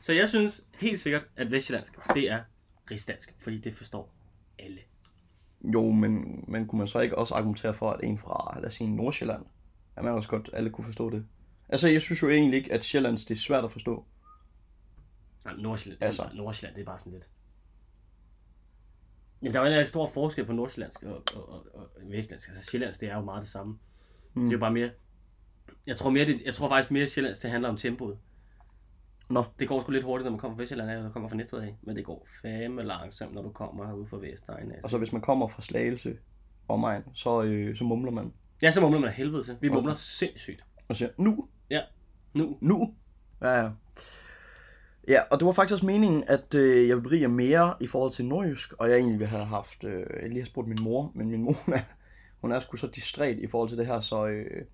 B: så jeg synes helt sikkert, at vestjyllandsk, det er rigsdansk. Fordi det forstår alle.
A: Jo, men, men kunne man så ikke også argumentere for, at en fra, lad os sige, Nordsjælland, at man også godt alle kunne forstå det? Altså, jeg synes jo egentlig ikke, at Sjællands, det er svært at forstå.
B: Nej, Nordsjælland,
A: Altså.
B: altså. Nordsjælland, det er bare sådan lidt... Jamen, der er jo en eller anden stor forskel på nordsjællandsk og, og, og, og vestjyllandsk. Altså, sjællandsk, det er jo meget det samme. Mm. Det er jo bare mere... Jeg tror, mere det, jeg tror faktisk mere, at sjællandsk, det handler om tempoet.
A: Nå.
B: Det går sgu lidt hurtigt, når man kommer fra Vestjylland af, og kommer fra Næstved af. Men det går fandme langsomt, når du kommer herude fra Vestegn af.
A: Og så hvis man kommer fra Slagelse og mig, så, øh, så mumler man
B: Ja, så mumler man af helvede til. Vi
A: Okay.
B: mumler sindssygt.
A: og siger, nu,
B: Nu.
A: nu. Ja, ja. Ja, og det var faktisk også meningen, at øh, jeg ville berige jer mere i forhold til nordjysk, og jeg egentlig ville have haft, øh, jeg lige har spurgt min mor, men min mor, hun er, hun er sgu så distræt i forhold til det her, så, øh,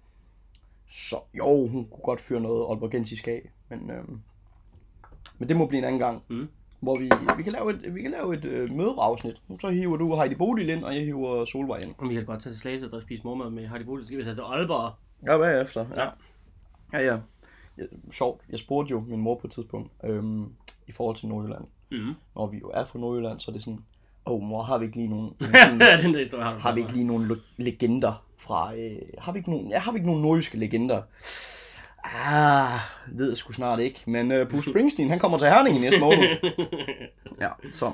A: så jo, hun kunne godt fyre noget Aalborgensisk af, men, øh, men det må blive en anden gang,
B: Mm.
A: hvor vi, vi kan lave et, vi kan lave et øh, mødeafsnit. Så hiver du Heidi Bodil ind, og jeg hiver Solvej ind.
B: Og vi kan godt tage til Slagelse og spise mormad med Hardy Bodil. Så skal vi tage til Aalborg.
A: Ja, bagefter.
B: Ja.
A: Ja, ja. ja sjovt. Jeg spurgte jo min mor på et tidspunkt, øhm, i forhold til Nordjylland.
B: (laughs) Mm.
A: Når vi jo er fra Nordjylland, så er det sådan, åh oh, mor, har vi ikke lige (laughs) nogen,
B: Den der historie har du.
A: har vi ikke lige nogen lo- legender fra, øh, har vi ikke nogen, ja, har vi ikke nogen nordjyske legender? Ah, ved jeg sgu snart ikke, men øh, (laughs) Bruce Springsteen, han kommer til Herning i næste måned. Ja, så,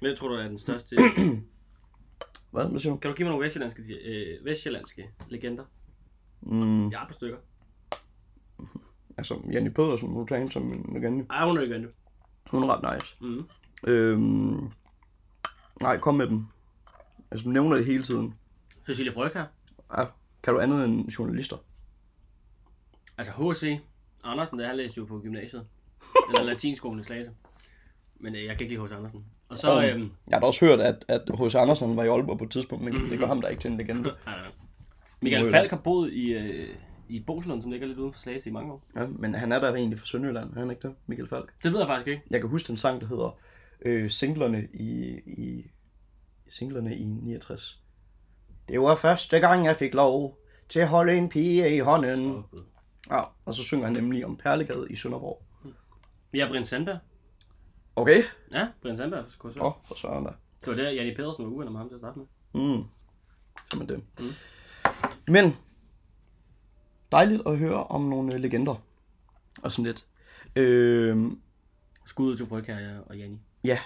B: Men jeg tror, du er den største...
A: hvad, hvad siger du?
B: kan du give mig nogle vestjyllandske, øh, vestjyllandske legender?
A: Mm,
B: Jeg er på stykker.
A: altså, Jenny Pedersen, nu tager jeg hende som en legende.
B: Ej, hun er ikke nu.
A: Hun er ret nice.
B: Mm.
A: Øhm, nej, kom med dem. Altså, du nævner det hele tiden.
B: Cecilie Fryk her.
A: Ja, kan du andet end journalister?
B: (laughs) Altså H.C. Andersen, der han læste jo på gymnasiet. Eller latinskolen i Slagelse. Men øh, jeg kan ikke lide H.C. Andersen. Og så... Oh. Øhm,
A: Jeg har da også hørt, at, at H.C. Andersen var i Aalborg på et tidspunkt, men det gør ham der ikke til en legende.
B: øh, Mhm. Michael Falk har boet i, øh, i Boslund, som ligger lidt uden for Slagelse i mange år.
A: Ja, men han er der egentlig fra Sønderjylland, er han ikke det, Michael Falk?
B: Det ved jeg faktisk ikke.
A: Jeg kan huske den sang, der hedder øh, Singlerne i, i Singlerne i 69. Det var første gang, jeg fik lov til at holde en pige i hånden.
B: Åh, Gud.
A: Ja, og så synger han nemlig om Perlegade i Sønderborg.
B: Vi har Brian Sandberg.
A: Okay.
B: Ja, Brian Sandberg fra KSU.
A: Åh, oh, for søren da.
B: Det var der, Janni Pedersen var uvenner med ham til at starte med.
A: Mm. Som er det. Mm. Men, dejligt at høre om nogle øh, legender. Og sådan lidt. Øh,
B: Skud ud til Frøkær og Janni.
A: ja,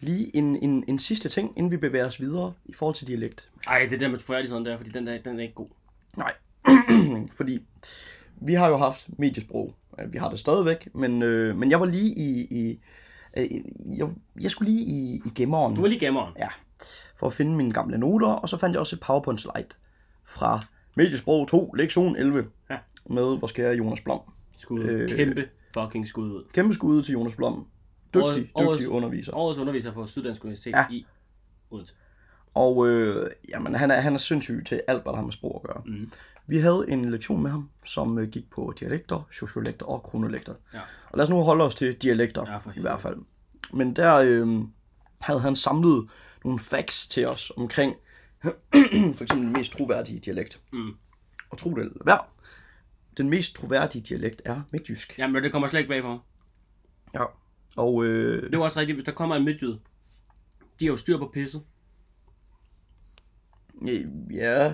A: lige en, en, en sidste ting, inden vi bevæger os videre i forhold til dialekt.
B: Ej, det der med troværdigheden der, fordi den der, den er ikke god.
A: Nej, (clears throat) fordi vi har jo haft mediesprog. Øh, Vi har det stadigvæk, men, øh, men jeg var lige i... i øh, jeg, jeg skulle lige i, i gemmeren.
B: Du er lige gammeren.
A: Ja, for at finde mine gamle noter, og så fandt jeg også et PowerPoint slide fra Mediesprog 2, lektion 11,
B: Ja.
A: med vores kære Jonas Blom.
B: Skud.
A: Øh.
B: Øh, Kæmpe fucking skud ud.
A: Kæmpe skud til Jonas Blom. Dygtig,
B: Årets-
A: dygtig
B: årets-
A: underviser.
B: Årets underviser på Syddansk Universitet
A: Ja.
B: ja. i Odense.
A: Og øh, jamen, han, er, han er sindssyg til alt, hvad der har med sprog at gøre.
B: Mhm.
A: Vi havde en lektion med ham, som øh, gik på dialekter, sociolekter og kronolekter.
B: Ja.
A: Og lad os nu holde os til dialekter,
B: Ja, for
A: i
B: helvede.
A: hvert fald. Men der øh, havde han samlet nogle facts til os omkring (clears throat) for eksempel den mest troværdige dialekt.
B: Mm.
A: Og tro det eller hvad, den mest troværdige dialekt er midtjysk.
B: Jamen, det kommer slet ikke bag på mig.
A: Ja. Og øh,
B: Det er jo også rigtigt, hvis der kommer en midtjyd. De har jo styr på pisset.
A: øh, ja,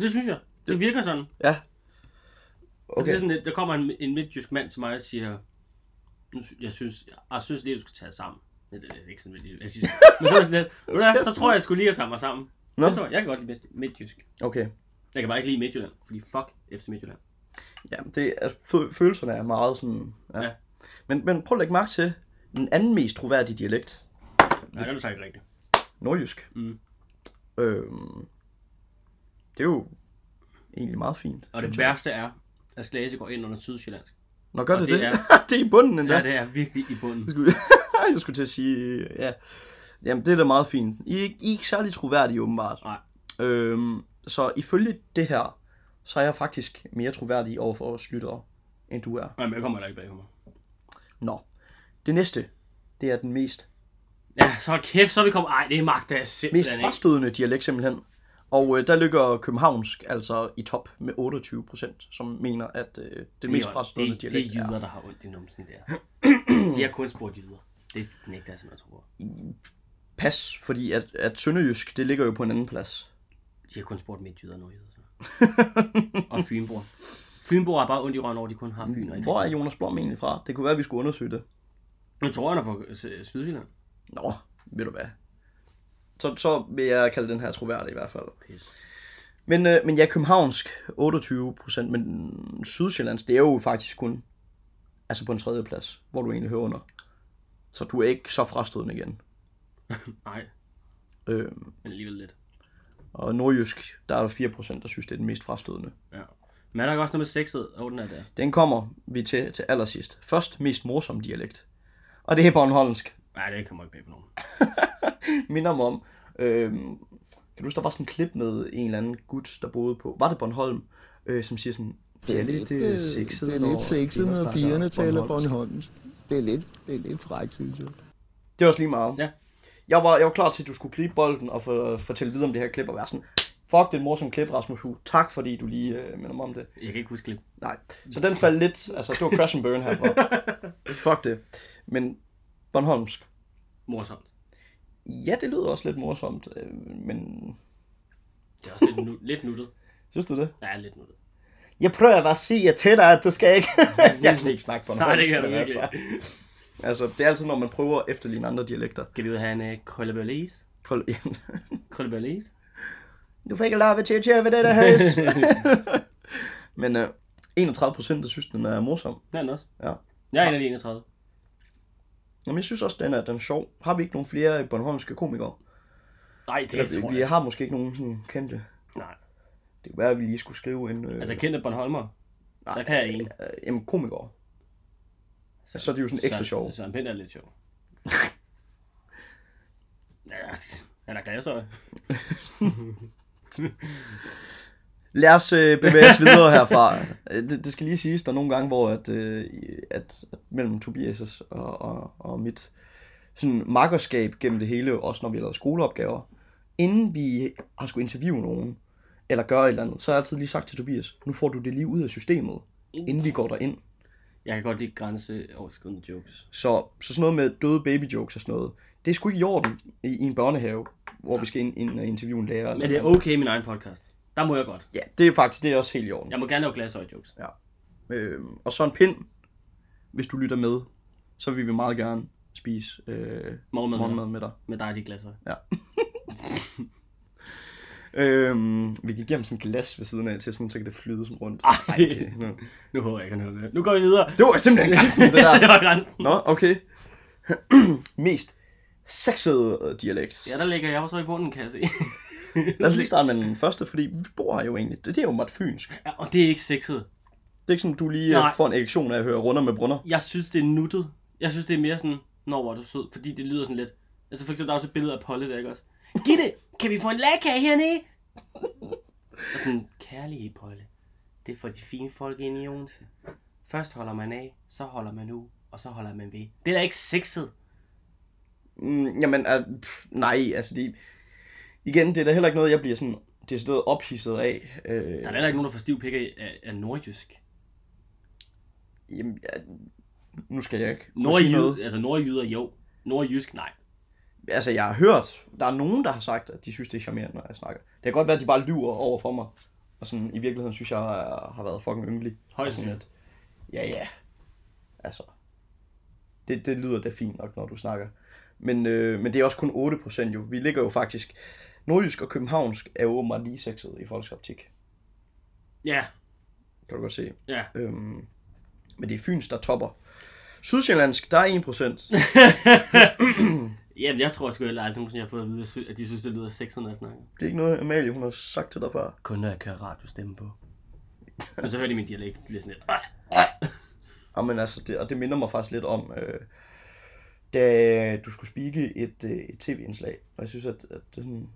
B: Det synes jeg. Det virker sådan.
A: ja.
B: Okay. Det
A: Okay.
B: er sådan, at der kommer en, en midtjysk mand til mig og siger, "Nu sy- jeg synes, jeg, jeg synes lige, du skal tage dig sammen. Men det er altså ikke sådan, midtjysk. jeg synes. Men så er det sådan lidt, "Ved du hvad, så tror jeg, jeg skulle lige at tage mig sammen.
A: Nå.
B: Nå. Jeg, tror, jeg kan godt lide midtjysk- midtjysk.
A: Okay.
B: Jeg kan bare ikke lide Midtjylland, fordi fuck FC Midtjylland.
A: Ja, det er, fø- følelserne er meget sådan... Ja. ja.
B: Ja.
A: Men, men prøv at lægge mærke til den anden mest troværdige dialekt.
B: Nej, det er du sagt rigtigt.
A: Nordjysk.
B: Mm.
A: Øhm, det er jo egentlig meget fint.
B: Og det
A: synes jeg.
B: værste er, at Slagelse går ind under Sydsjælland.
A: Nå, gør
B: og
A: det det?
B: det
A: Det er,
B: er-
A: (laughs) det er i bunden endda.
B: Ja, det er virkelig i bunden.
A: Jeg skulle, (laughs) jeg skulle til at sige, ja. Jamen, det er da meget fint. I, er ikke- I er ikke særlig troværdige, åbenbart.
B: Nej.
A: Øhm, så ifølge det her, så er jeg faktisk mere troværdig over for os lyttere, end du er.
B: Nej, men jeg kommer heller ikke bag på mig.
A: Nå. Det næste, det er den mest,
B: Ja, så hold kæft, så er vi kommet... Ej, det er magt, der er
A: mest
B: simpelthen ikke.
A: frastødende dialekt simpelthen. Og øh, der ligger københavnsk altså i top med 28 procent, som mener, at øh, den mest
B: det,
A: frastødende
B: det, det er
A: dialekt
B: jyder, der har ondt i numsen
A: (clears throat)
B: der. De har kun spurgt jyder. Det nægter jeg simpelthen at tro på.
A: pas, fordi at, at sønderjysk, det ligger jo på en anden plads.
B: De har kun spurgt midtjyder og nordjyder.
A: (laughs)
B: Så. og Fynbor. Fynbor har bare ondt i røven over, at de kun har Fyn og ikke.
A: Hvor er Jonas Blom egentlig fra? Det kunne være, at vi skulle undersøge det.
B: Nu tror jeg, han er fra øh, Sy- Sydjylland.
A: Nå, ved du hvad. Så, så vil jeg kalde den her troværdig i hvert fald.
B: Pis.
A: Men, øh, men ja, københavnsk 28 procent, men mm, Sydsjællands, det er jo faktisk kun altså på en tredje plads, hvor du egentlig hører under. Så du er ikke så frastødende igen.
B: Nej,
A: Øh,
B: men alligevel lidt.
A: og nordjysk, der er der 4 procent, der synes, det er den mest frastødende.
B: Ja. Men er der ikke også noget med sexet? Åh, oh, den er der.
A: Den kommer vi til til allersidst. Først mest morsom dialekt. Og det er Bornholmsk.
B: Nej, det kommer ikke bag på nogen.
A: minder mig om, øh, kan du huske, der var sådan en klip med en eller anden gut, der boede på, var det Bornholm, øh, som siger sådan,
E: Det er lidt, øh,
A: sexet,
E: det er
A: når
E: lidt sexet,
A: kvinder
E: når
A: snakker
E: pigerne taler
A: bornholmsk.
E: Bornholms. Det er lidt, det er lidt fræk, synes jeg.
A: Det er også lige meget.
B: Ja.
A: Jeg var, jeg var klar til, at du skulle gribe bolden og for, fortælle videre om det her klip og være sådan, fuck, det er en morsom klip, Rasmus Hu. Tak, fordi du lige øh, minder mig om det.
B: Jeg kan ikke huske det.
A: Nej. Så den faldt lidt, altså det var crash and burn herfra. (laughs) fuck det. Men Bornholmsk.
B: Morsomt.
A: Ja, det lyder også lidt morsomt, øh, men
B: Det er også lidt, nu, lidt nuttet.
A: synes du det?
B: Der er lidt nuttet.
A: Jeg prøver bare at sige til dig, at du skal ikke... (laughs) jeg kan ikke (laughs) snakke på
B: Nej, det kan du
A: bornholmsk,
B: ikke.
A: altså. Altså, det er altid, når man prøver at efterligne andre dialekter.
B: Skal vi ud og have en uh, krøllebørlis?
A: Prøv ind.
B: Krøllebørlis?
A: Du fik lave til at tjøre ved det der høs. (laughs) Men øh, 31 procent, der synes, den er morsom.
B: Det er den også.
A: Ja.
B: Jeg er en af de 31.
A: Jamen, jeg synes også, den er, den er sjov. Har vi ikke nogen flere bornholmske komikere?
B: Nej, det
A: Eller, vi, vi har måske ikke nogen sådan kendte.
B: Nej.
A: Det kunne være, at vi lige skulle skrive en... Øh,
B: Altså kendte Bornholmer.
A: nej,
B: der kan jeg en.
A: Øh, jamen, komikere. Så er de jo sådan ekstra sjove. (laughs)
B: Søren Pind er lidt sjov. Ja, han er glad så.
A: Lad os øh, bevæge os
B: (laughs)
A: videre herfra. Øh, Det, det skal lige siges, der er nogle gange, hvor at, øh, at, at mellem Tobias' og, og, og mit sådan makkerskab gennem det hele, også når vi har lavet skoleopgaver, inden vi har skulle interviewe nogen, eller gøre et eller andet, så har jeg altid lige sagt til Tobias, nu får du det lige ud af systemet, inden vi går derind.
B: Jeg kan godt lide grænseoverskridende jokes.
A: Så, så sådan noget med døde baby jokes og sådan noget, det er sgu ikke i orden i, i en børnehave, hvor vi skal ind, ind og interviewe en lærer.
B: Men det er okay i min egen podcast. Der må jeg godt.
A: Ja, det er faktisk det er også helt i orden.
B: Jeg må gerne lave glasøje jokes.
A: Øh, og så en pind, hvis du lytter med, så vil vi meget gerne spise øh,
B: Morgenmad.
A: morgenmad med dig.
B: Med dig, de glasøje.
A: Øh, vi kan give ham sådan et glas ved siden af til, sådan, så kan det flyde sådan rundt.
B: Ej.
A: det- nå.
B: Nu håber jeg ikke, han hører det. Nu går vi videre.
A: (laughs) det var simpelthen grænsen, det (laughs)
B: (laughs) det
A: der.
B: var grænsen.
A: Nå, okay. (clears throat) Mest sexede øh, dialekt.
B: Ja, der ligger jeg også i bunden, kan jeg se.
A: Lad os lige starte med den første, fordi vi bor her jo egentlig. Det, det er jo meget fynsk.
B: (laughs) Ja, og det er ikke sexet.
A: Det er ikke sådan, du lige øh,
B: Nej.
A: får en erektion af at høre runder med brunner.
B: Jeg synes, det er nuttet. Jeg synes, det er mere sådan, når hvor er du sød, fordi det lyder sådan lidt. Altså for eksempel, der er også et billede af Polly der, ikke også? Gitte, kan vi få en lagkage hernede? Og sådan, kærlige Polly, det er for de fine folk inde i Odense. Først holder man af, så holder man ud, og så holder man ved. Det er da ikke sexet.
A: Mm, jamen, er, pff, nej, altså det... Igen, det er da heller ikke noget, jeg bliver sådan decideret ophidset af. Øh,
B: Der er da heller ikke nogen, der får stiv pik af, af, af nordjysk.
A: Jamen, ja, nu skal jeg ikke. kunne sige
B: Nordjyder,
A: noget.
B: altså nordjyder, jo. Nordjysk, nej.
A: Altså, jeg har hørt, der er nogen, der har sagt, at de synes, det er charmerende, når jeg snakker. Det kan godt være, at de bare lyver over for mig. Og sådan, i virkeligheden synes jeg, jeg har været fucking yndelig.
B: Højst
A: Og sådan,
B: sandsynligt.
A: at- Ja, ja. Altså, det, det lyder da fint nok, når du snakker. Men, øh, men det er også kun 8% jo. Vi ligger jo faktisk... Nordjysk og københavnsk er jo åbenbart lige sexet i folks optik.
B: Ja,
A: Kan du godt se.
B: ja.
A: Øhm, men det er Fyns, der topper. Sydsjællandsk, der er 1%.
B: Jamen, jeg tror sgu heller aldrig nogensinde, jeg har fået at vide, at sy- at de synes, det lyder sexet, når jeg snakker.
A: Det er ikke noget, Amalie, hun har sagt til dig før.
B: Kun når jeg kører radiostemme på. Men så hører de min dialekt, så bliver jeg sådan lidt. "Ah."
A: Jamen altså, det, og det minder mig faktisk lidt om, øh, da du skulle spike et, øh, et tv-indslag, og jeg synes, at, at det, sådan,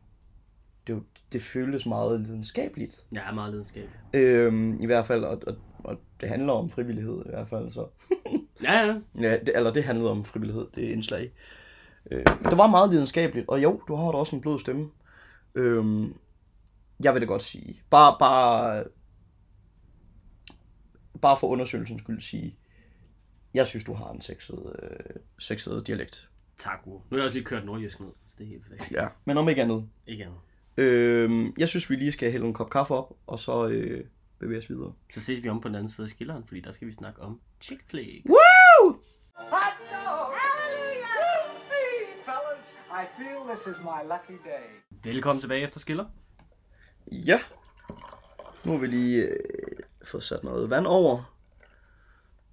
A: det, jo- det føles meget lidenskabeligt.
B: Jeg er meget lidenskab.
A: Øhm, I hvert fald, og, og, og det handler om frivillighed i hvert fald. Så.
B: Ja, ja.
A: Ja, det, eller det handlede om frivillighed, det indslag. Øh, men det var meget lidenskabeligt, og jo, du har da også en blød stemme. Øhm, jeg vil det godt sige. Bare, bare, bare for undersøgelsens skyld sige, jeg synes, du har en sexet, øh, sexet dialekt.
B: Tak, Ure. Nu har jeg også lige kørt nordjysk ned, så det er helt perfekt.
A: Ja. Men om ikke andet.
B: Ikke andet.
A: Øhm, jeg synes, vi lige skal hælde en kop kaffe op, og så øh, bevæge os videre.
B: Så ses vi om på den anden side af skilleren, fordi der skal vi snakke om chick flick.
A: Woo!
D: Hot dog! Yippee! Fellas, I feel this is my lucky day.
B: Velkommen tilbage efter skiller.
A: Ja. Nu har vi lige øh, fået sat noget vand over.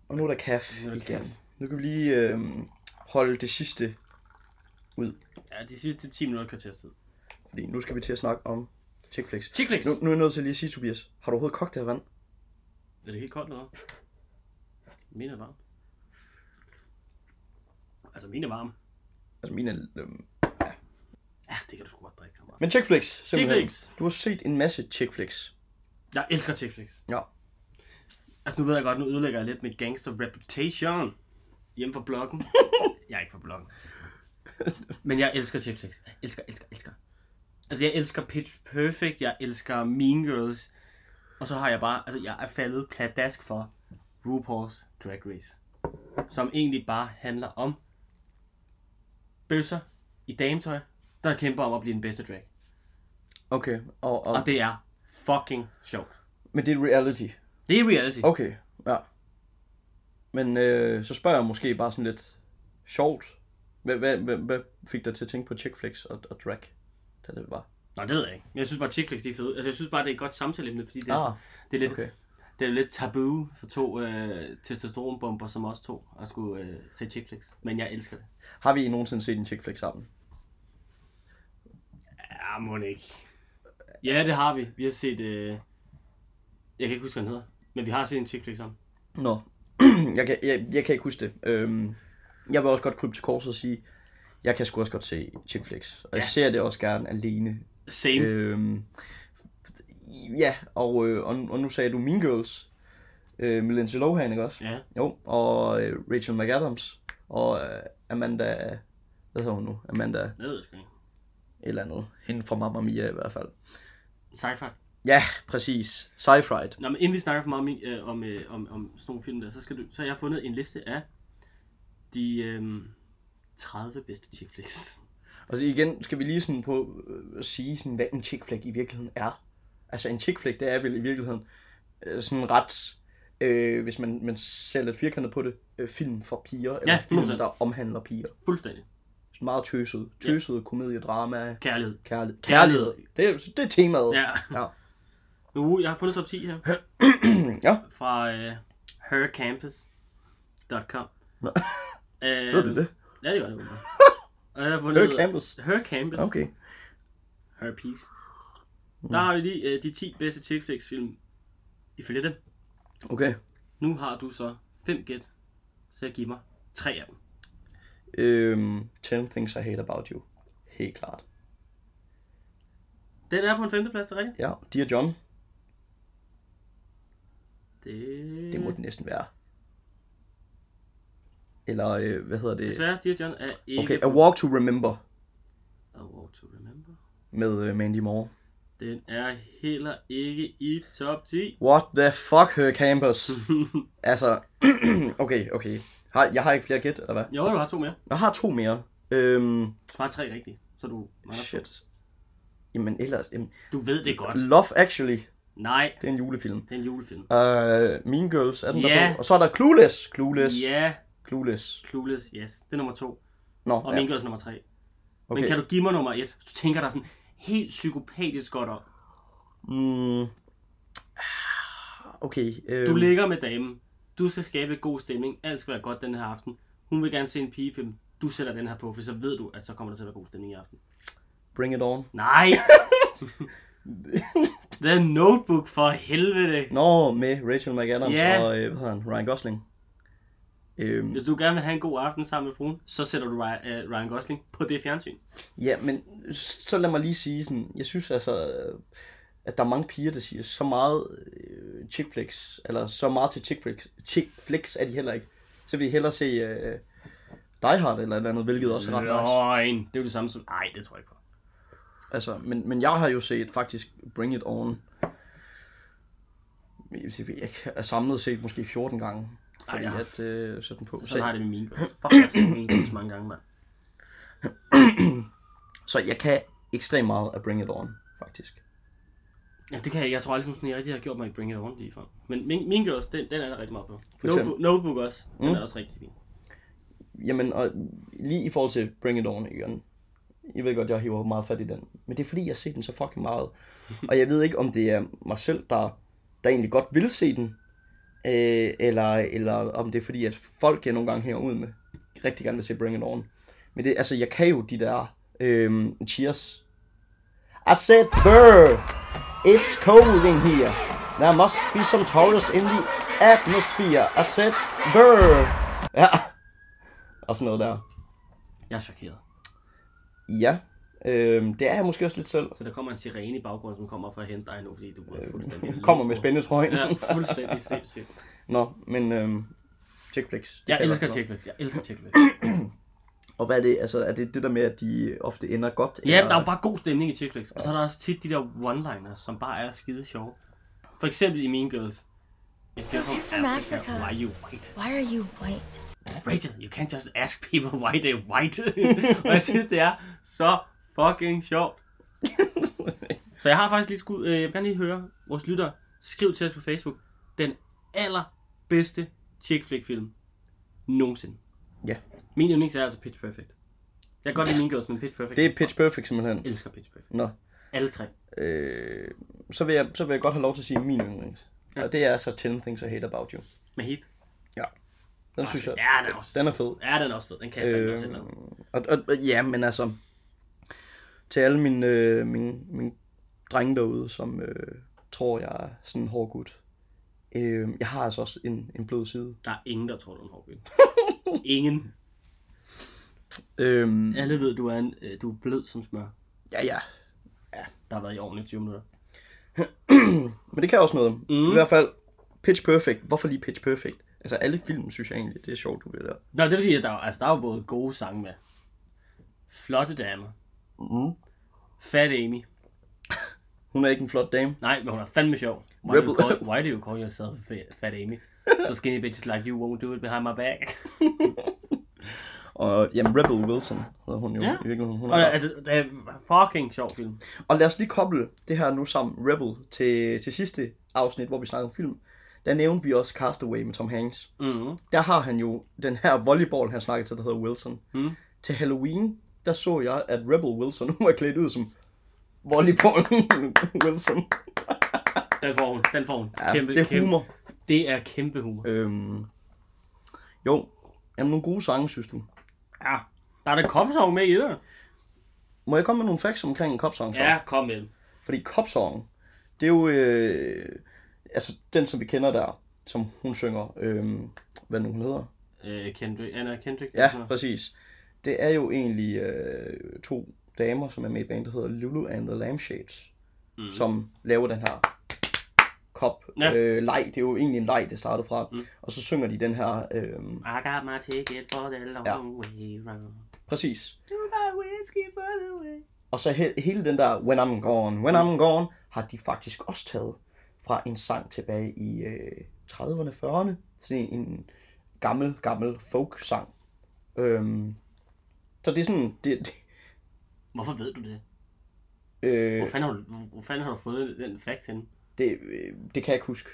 A: Og nu er der kaffe
B: Nu er der
A: igen.
B: kaffe.
A: Nu kan vi lige øh, holde det sidste ud.
B: Ja, de sidste 10 minutter kører testet.
A: Fordi nu skal vi til at snakke om Chickflix.
B: Chick flicks.
A: Nu, nu er jeg nødt til lige at sige, Tobias, har du overhovedet kogt det her vand?
B: Er det helt koldt eller hvad? Min er varm. Altså, min er varm.
A: Altså mine er... Øh...
B: Ja, det kan du sgu godt drikke, kammerat.
A: Men Chickflix, simpelthen.
B: Chickflix.
A: Du har set en masse Chickflix.
B: Jeg elsker chick flicks.
A: Ja.
B: Altså, nu ved jeg godt, nu ødelægger jeg lidt mit gangster reputation. Hjemme fra bloggen. jeg er ikke fra bloggen. Men jeg elsker chick flicks. Jeg elsker, elsker, elsker. Altså, jeg elsker Pitch Perfect. Jeg elsker Mean Girls. Og så har jeg bare... Altså, jeg er faldet pladask for RuPaul's Drag Race. Som egentlig bare handler om bøsser i dametøj, der kæmper om at blive den bedste drag.
A: Okay, og, og,
B: Og det er fucking sjovt.
A: men det er reality.
B: Det er reality.
A: Okay, ja. Men øh, så spørger jeg måske bare sådan lidt sjovt. Hvad, hvad, hvad, hvad fik dig til at tænke på chickflix og, og drag, da det var?
B: Nej, det ved jeg ikke. Men jeg synes bare, at chickflicks, de er fede. Altså, jeg synes bare, det er et godt samtaleemne, fordi det er,
A: Ah,
B: ah, det er, lidt,
A: okay.
B: okay. det er lidt tabu for to øh, testosteronbomber, som også to at skulle øh, se chickflicks. Men jeg elsker det.
A: Har vi nogensinde set en chickflix sammen?
B: Ja, må det ikke. Ja, det har vi. Vi har set... Øh, jeg kan ikke huske, hvad han hedder. Men vi har set en chickflick sammen.
A: (clears throat) Nå, jeg, kan, jeg, jeg kan ikke huske det. Øhm, jeg vil også godt krybe til korset og sige, Jeg kan sgu også godt se chick flicks, og jeg
B: Ja.
A: ser det også gerne alene.
B: Same. Øh.
A: Øhm, ja, og, øh, og, og nu sagde du Mean Girls, øh, med Lindsay Lohan, ikke også?
B: Ja.
A: Jo, og øh, Rachel McAdams, og øh, Amanda, hvad hedder hun nu? Amanda et
B: Jeg ved sgu ikke.
A: eller andet. Hende fra Mamma Mia i hvert fald.
B: Sci-fi.
A: Ja, præcis. Sci-fried.
B: Nå, men inden vi snakker for meget om, min- øh, om, øh, om, om sådan nogle film der, så, skal du, så har jeg fundet en liste af de øh, 30 bedste chick flicks.
A: Og så igen skal vi lige sådan på øh, at sige, sådan, hvad en chick flick i virkeligheden er. Altså en chick flick, det er vel i virkeligheden øh, sådan ret, øh, hvis man, man ser lidt firkantet på det, øh, film for piger, eller
B: Ja,
A: film,
B: 100%.
A: der omhandler piger.
B: Fuldstændig.
A: Sådan meget tøset. Tøset, komedie, drama,
B: Kærlighed.
A: kærlighed.
B: Kærlighed.
A: Kærlighed. Det, er- det er temaet.
B: Ja.
A: Ja.
B: Nu, jeg har fundet top 10 her.
A: (clears throat) ja.
B: fra øh, hercampus.com. (laughs)
A: Nå.
B: Øh,
A: Ved du det?
B: Ja, det gør det. åbenbart. Og jeg har fundet
A: Her Campus.
B: Hercampus.
A: Okay. Mm.
B: Herpes. Der har vi lige øh, de 10 bedste chick flicks film ifølge dem.
A: Okay.
B: Nu har du så 5 gæt, så jeg giver mig 3 af dem.
A: Øhm, 10 things I hate about you. Helt klart.
B: Den er på en femteplads, det er rigtigt.
A: Ja, Dear John,
B: Det,
A: det må den næsten være. Eller, øh, hvad hedder det?
B: Desværre, Dear John er ikke...
A: Okay,
B: på-
A: A Walk to Remember
B: A Walk to Remember.
A: med øh, Mandy Moore.
B: Den er heller ikke i top
A: (laughs)
B: 10.
A: What the fuck, her campus?
B: Hmm.
A: altså, (clears throat) okay, okay. Har, jeg har ikke flere gæt, eller hvad?
B: jo, du har to mere.
A: Jeg har to mere. Øhm,
B: Du har tre rigtige, så du mangler to.
A: shit. Jamen ellers, jamen,
B: Du ved det godt.
A: Love Actually,
B: Nej,
A: det er en julefilm.
B: det er en julefilm.
A: Uh, mean Girls er den
B: Ja.
A: der på. Og så er der Clueless. Clueless.
B: Ja,
A: Clueless.
B: Clueless, yes. Det er nummer to.
A: Nå,
B: Og
A: ja,
B: ja. Mean Girls nummer tre. Okay.
A: okay.
B: Men kan du give mig nummer et? Du tænker dig sådan helt psykopatisk godt op.
A: Mm, okay. Øhm,
B: Du ligger med damen. Du skal skabe en god stemning. Alt skal være godt den her aften. Hun vil gerne se en pigefilm. Du sætter den her på, for så ved du, at så kommer der til at være god stemning i aften.
A: Bring it on. (laughs)
B: Nej! The Notebook for helvede!
A: Nå, med Rachel McAdams
B: Ja.
A: og øh, hvad hedder han? Ryan Gosling. Øhm,
B: Hvis du gerne vil have en god aften sammen med fruen, så sætter du Ry- øh, Ryan Gosling på det fjernsyn.
A: Ja, men så lad mig lige sige sådan, jeg synes altså, øh, at der er mange piger, der siger så meget øh, chick flicks, eller så meget til chick flicks, chick flicks er de heller ikke. Så vil de hellere se øh, Die Hard eller et eller andet, hvilket også er ret nice.
B: Løgn! Det er jo det samme som... Nej, det tror jeg ikke på.
A: Altså, men, men jeg har jo set faktisk Bring It On, jeg vil sige, jeg har samlet set måske 14 gange, fordi
B: Ej, ja.
A: at øh, sætte den på.
B: Sådan har
A: Så,
B: jeg det med (laughs) mine girls. Fuck, jeg har set mine girls mange gange, mand.
A: så jeg kan ekstremt meget af Bring It On, faktisk.
B: Ja, det kan jeg ikke. Jeg tror aldrig, sådan, jeg rigtig har gjort mig i Bring It On lige for. Men min, min også, den, den er der rigtig meget på.
A: For eksempel?
B: Notebook, notebook også. Den
A: Mm.
B: er også rigtig fin.
A: Jamen, og lige i forhold til Bring It On, Jørgen. Jeg ved godt, jeg hiver meget fat i den. Men det er fordi, jeg har set den så fucking meget. Og jeg ved ikke, om det er mig selv, der, der egentlig godt vil se den. Øh, eller, eller om det er fordi, at folk, jeg nogle gange hænger ud med, rigtig gerne vil se Bring It On. Men det, altså, jeg kan jo de der øh, cheers. I said, brr, it's cold in here. There must be some Taurus in the atmosphere. I said, brr. (laughs) Ja, og sådan noget der.
B: Jeg er chokeret.
A: Mm. Ja, øhm, det er jeg måske også lidt selv.
B: Så der kommer en sirene i baggrunden, som kommer for at hente dig nu, fordi du er fuldstændig...
A: Hun Øh, (laughs) kommer med
B: loco.
A: spændetrøjen.
B: Ja,
A: Ja.
B: fuldstændig sindssygt.
A: (laughs) Nå, men øhm, chick flicks. det
B: Jeg
A: kan
B: elsker
A: godt.
B: Chick Jeg elsker Chick
A: Og hvad er det, altså er det det der med, at de ofte ender godt?
B: Ja, der er jo bare god stemning i Chick Og så er der også tit de der one-liners, som bare er skide sjove. For eksempel i Mean Girls. If
F: So you're from Africa.
B: Why are you white?
F: Why are you white?
B: Rachel, you can't just ask people (laughs) why they're white. og jeg synes, det er så fucking
A: (laughs)
B: sjovt. så jeg har faktisk lige skud, øh, jeg vil gerne lige høre vores lytter, skriv til os på Facebook, den allerbedste chick flick film nogensinde.
A: Ja.
B: Min yndlings er altså Pitch Perfect. Jeg kan godt lide Mean Girls, men Pitch Perfect.
A: Det er Pitch Perfect simpelthen.
B: Jeg elsker Pitch Perfect.
A: Nå,
B: Alle tre.
A: øh, så, vil jeg, så vil jeg godt have lov til at sige min yndlings.
B: Ja.
A: Og det er så 10 Things I Hate About You.
B: Med hip.
A: Den synes jeg,
B: Ja, den er også.
A: den er fed.
B: Ja, den er også fed. Den kan jeg øh...
A: Øh,
B: også et eller andet.
A: og, og, og, ja, men altså, til alle mine, øh, mine, mine drenge derude, som øh, tror, jeg er sådan en hård gut. Øh, jeg har altså også en, en blød side.
B: (laughs) Der er ingen, der tror, du er en hård kvinde. Ingen.
A: Øhm, ja.
B: Alle ved, du er, en, øh, du er blød som smør,
A: ja, ja.
B: der har været i ovnen i 20 minutter.
A: Men det kan også noget. Mm. I hvert fald, Pitch Perfect. Hvorfor lige Pitch Perfect? Altså, alle film synes jeg egentlig, det er sjovt, du ved der.
B: Nå, det er fordi, at der, er- altså, der er jo både gode sange med. Flotte damer.
A: Mm.
B: Fat Amy.
A: Hun er ikke en flot dame.
B: Nej, men hun er fandme sjov. Why, do you
A: Rebel.
B: call, why do you call yourself fa- Fat
A: (laughs)
B: Amy? So skinny bitches like you won't do it behind my back.
A: Og jamen, Rebel Wilson hedder hun jo
B: Ja.
A: ja. i virkeligheden. Hun
B: Og
A: er
B: det, det, det er fucking sjov film.
A: Og lad os lige koble det her nu sammen, Rebel, til, til sidste afsnit, hvor vi snakkede om film. Der nævnte vi også Castaway med Tom Hanks.
B: Mm-hmm.
A: Der har han jo den her volleyball, han snakkede til, der hedder Wilson.
B: Mm.
A: Til Halloween, der så jeg, at Rebel Wilson (laughs) hun var klædt ud som volleyballen (laughs) Wilson.
B: Den får hun. Den får hun.
A: Ja, kæmpe, det er humor.
B: Kæmpe, det er kæmpe humor.
A: Øhm, jo, jamen nogle gode sange, synes du.
B: Ja. Der er da kopsov med i det.
A: Må jeg komme med nogle facts omkring Copsong? så?
B: Ja, kom med. den.
A: Fordi Copsong, det er jo øh, altså den, som vi kender der, som hun synger, øh, hvad nu hun hedder.
B: Øh, Kendrick. Anna Kendrick.
A: Ja,
B: eller sådan noget.
A: præcis. Det er jo egentlig øh, to damer, som er med i et band, der hedder Lulu and the Lampshades, mm. som laver den her kop
B: Ja.
A: ja. øh, leg. Det er jo egentlig en leg, det startede fra. Mm. Og så synger de den her, øh,
B: I got my ticket for the long
A: Ja.
B: way round.
A: præcis.
B: Do my whiskey for the way.
A: Og så he- hele den der When I'm Gone, When I'm Gone, har de faktisk også taget fra en sang tilbage i øh, 30'erne, 40'erne. Sådan en, en gammel, gammel folk-sang. Øhm, så det er sådan... Det, det,
B: Hvorfor ved du det?
A: øh,
B: Hvor fanden har du, hvor- hvor fanden har du fået den fact henne?
A: det, øh, det kan jeg ikke huske.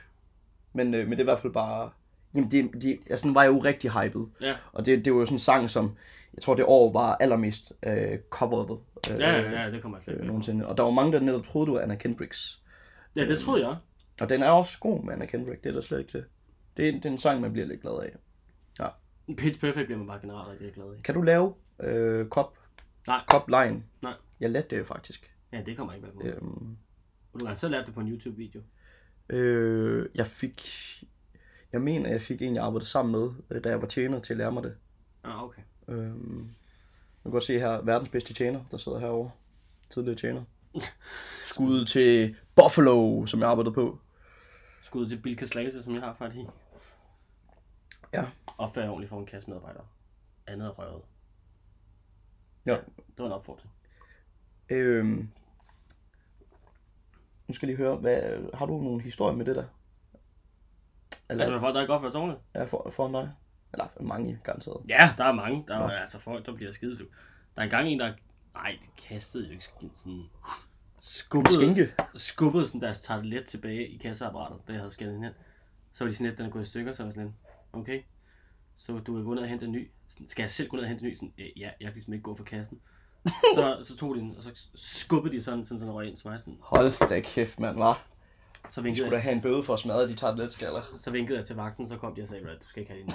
A: Men, øh, men det er i hvert fald bare... Jamen, det, det, altså, den var jo rigtig hyped.
B: Ja.
A: Og det, det var jo sådan en sang, som jeg tror, det år var allermest øh, coveret øh,
B: Ja, ja, ja, det kommer jeg slet
A: øh,
B: ikke.
A: nogensinde. Og der var mange, der netop troede, det var Anna Kendricks.
B: Ja, det troede jeg.
A: Og den er også god med Anna Kendrick, det er der slet ikke det. Det er, det er en sang, man bliver lidt glad af.
B: Pitch Perfect bliver man bare generelt rigtig glad af.
A: Kan du lave øh, cop,
B: Nej.
A: cop line?
B: Nej.
A: Jeg lærte det jo faktisk.
B: Ja, det kommer ikke bag på. Ja.
A: Øhm,
B: Du har så lært det på en YouTube-video.
A: øh, jeg fik... Jeg mener, jeg fik en, jeg arbejdede sammen med, øh, da jeg var tjener, til at lære mig det.
B: Ah, okay.
A: Øhm, man kan godt se her, verdens bedste tjener, der sidder herovre. Tidligere tjener. Skud til Buffalo, som jeg arbejdede på.
B: Skud til Bilka Slagelse, som jeg har faktisk.
A: Ja.
B: Opfør ordentligt for en kasse medarbejdere. Andet er røvet.
A: Ja.
B: Det var en opfordring.
A: Øhm, nu skal jeg lige høre, hvad, har du nogle historier med det der? Eller
B: Altså, hvad folk, der ikke opfører sig ordentligt?
A: er for, foran dig? Eller mange, garanteret.
B: Ja, der er mange. Der er altså folk, der bliver skide Der er engang en, der... Nej, de kastede jo ikke skidt, sådan... Skubbede,
A: Skænke.
B: skubbede sådan deres tartelet tilbage i kasseapparatet, da jeg havde skældet hende hen. Så var de sådan lidt, den er gået i stykker, så var jeg sådan lidt, okay. Så du vil gå ned og hente en ny. Sådan, skal jeg selv gå ned og hente en ny? Sådan, "Øh, ja, jeg kan ligesom ikke gå for kassen. så, så tog de den, og så skubbede de sådan, sådan, sådan røg ind til mig. Sådan,
A: Hold da kæft, mand, var.
B: så,
A: De skulle
B: vinkede
A: da
B: jeg,
A: have en bøde for at smadre de tarteletskaller.
B: så vinkede jeg til vagten, så kom de og sagde, "Right, du skal ikke
A: (laughs)
B: have din.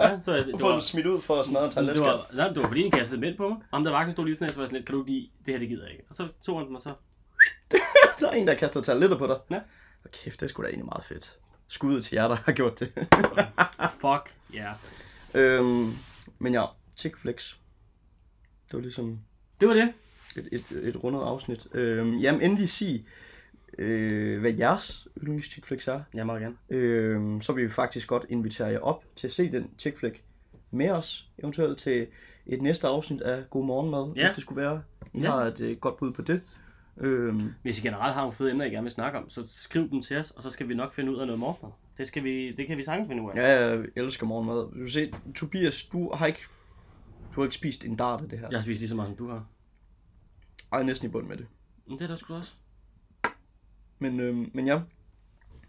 B: ja, så jeg, det
A: Får du
B: var,
A: smidt ud for at smadre
B: Men Det
A: tarteletskaller?
B: var, nej, men det var fordi, de kastede mænd på mig. Ham der vagten stod lige sådan her, så var jeg sådan lidt, kan du ikke lide, det her det gider jeg ikke. Og så tog han dem, og så,
A: Der er en, der kaster tarteletter på dig.
B: Ja.
A: Og kæft, det er sgu da egentlig meget fedt. Skud til jer, der har gjort det. (laughs)
B: fuck, ja. Yeah.
A: øhm, men ja, chick flicks. Det var ligesom
B: Det var det.
A: et, et, et rundet afsnit. Øhm, jamen, endelig sig, øh, hvad jeres yndlings chick flicks er.
B: Jeg meget gerne.
A: Øhm, så vil vi faktisk godt invitere jer op til at se den chick flick med os, eventuelt til et næste afsnit af God Morgenmad,
B: Ja.
A: hvis det skulle være. I
B: Ja.
A: har et øh, godt bud på det. Øhm,
B: Hvis I generelt har nogle fede emner, I gerne vil snakke om, så skriv dem til os, og så skal vi nok finde ud af noget morgenmad. Det, skal vi, det kan vi sagtens finde ud af.
A: ja, jeg elsker morgenmad. Du se, Tobias, du har ikke, du har ikke spist en dart af det her.
B: Jeg har spist lige så meget, som du har.
A: Ej, jeg er næsten i bund med det.
B: Men det er der sgu også.
A: Men, øhm, men ja.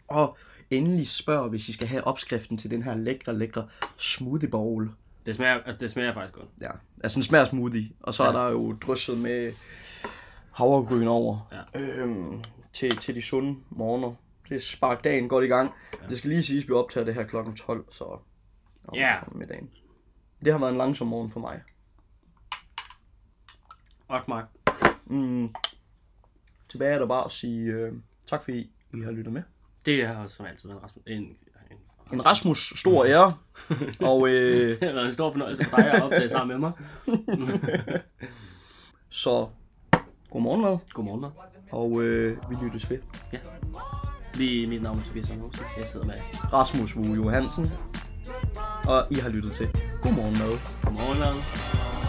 A: Og endelig spørg, hvis I skal have opskriften til den her lækre, lækre smoothie bowl.
B: Det smager, altså, det smager faktisk godt.
A: Ja, altså en smager smoothie, og så ja.
B: Ja.
A: er der jo drysset med havregryn over
B: Ja.
A: øhm, til, til de sunde morgener. Det spark dagen godt i gang. Ja. Det skal lige siges, at vi optager det her klokken 12, så om,
B: Ja.
A: om middagen. Det har været en langsom morgen for mig.
B: Godt, Mark.
A: Mm. Tilbage er der bare at sige øh, tak, fordi I har lyttet med.
B: Det har som altid været en, Rasmus- en, en (laughs)
A: En Rasmus, stor ære. Og øh,
B: Det har været en stor fornøjelse for dig at optage sammen med mig.
A: så godmorgen, Lav.
B: Godmorgen. Mark.
A: Og øh, vi lyttes ved.
B: Vi, mit navn er Tobias Sommerhuset. Jeg sidder med
A: Rasmus Wu Johansen. Og I har lyttet til Godmorgen, Lav.
B: Godmorgen. Mark.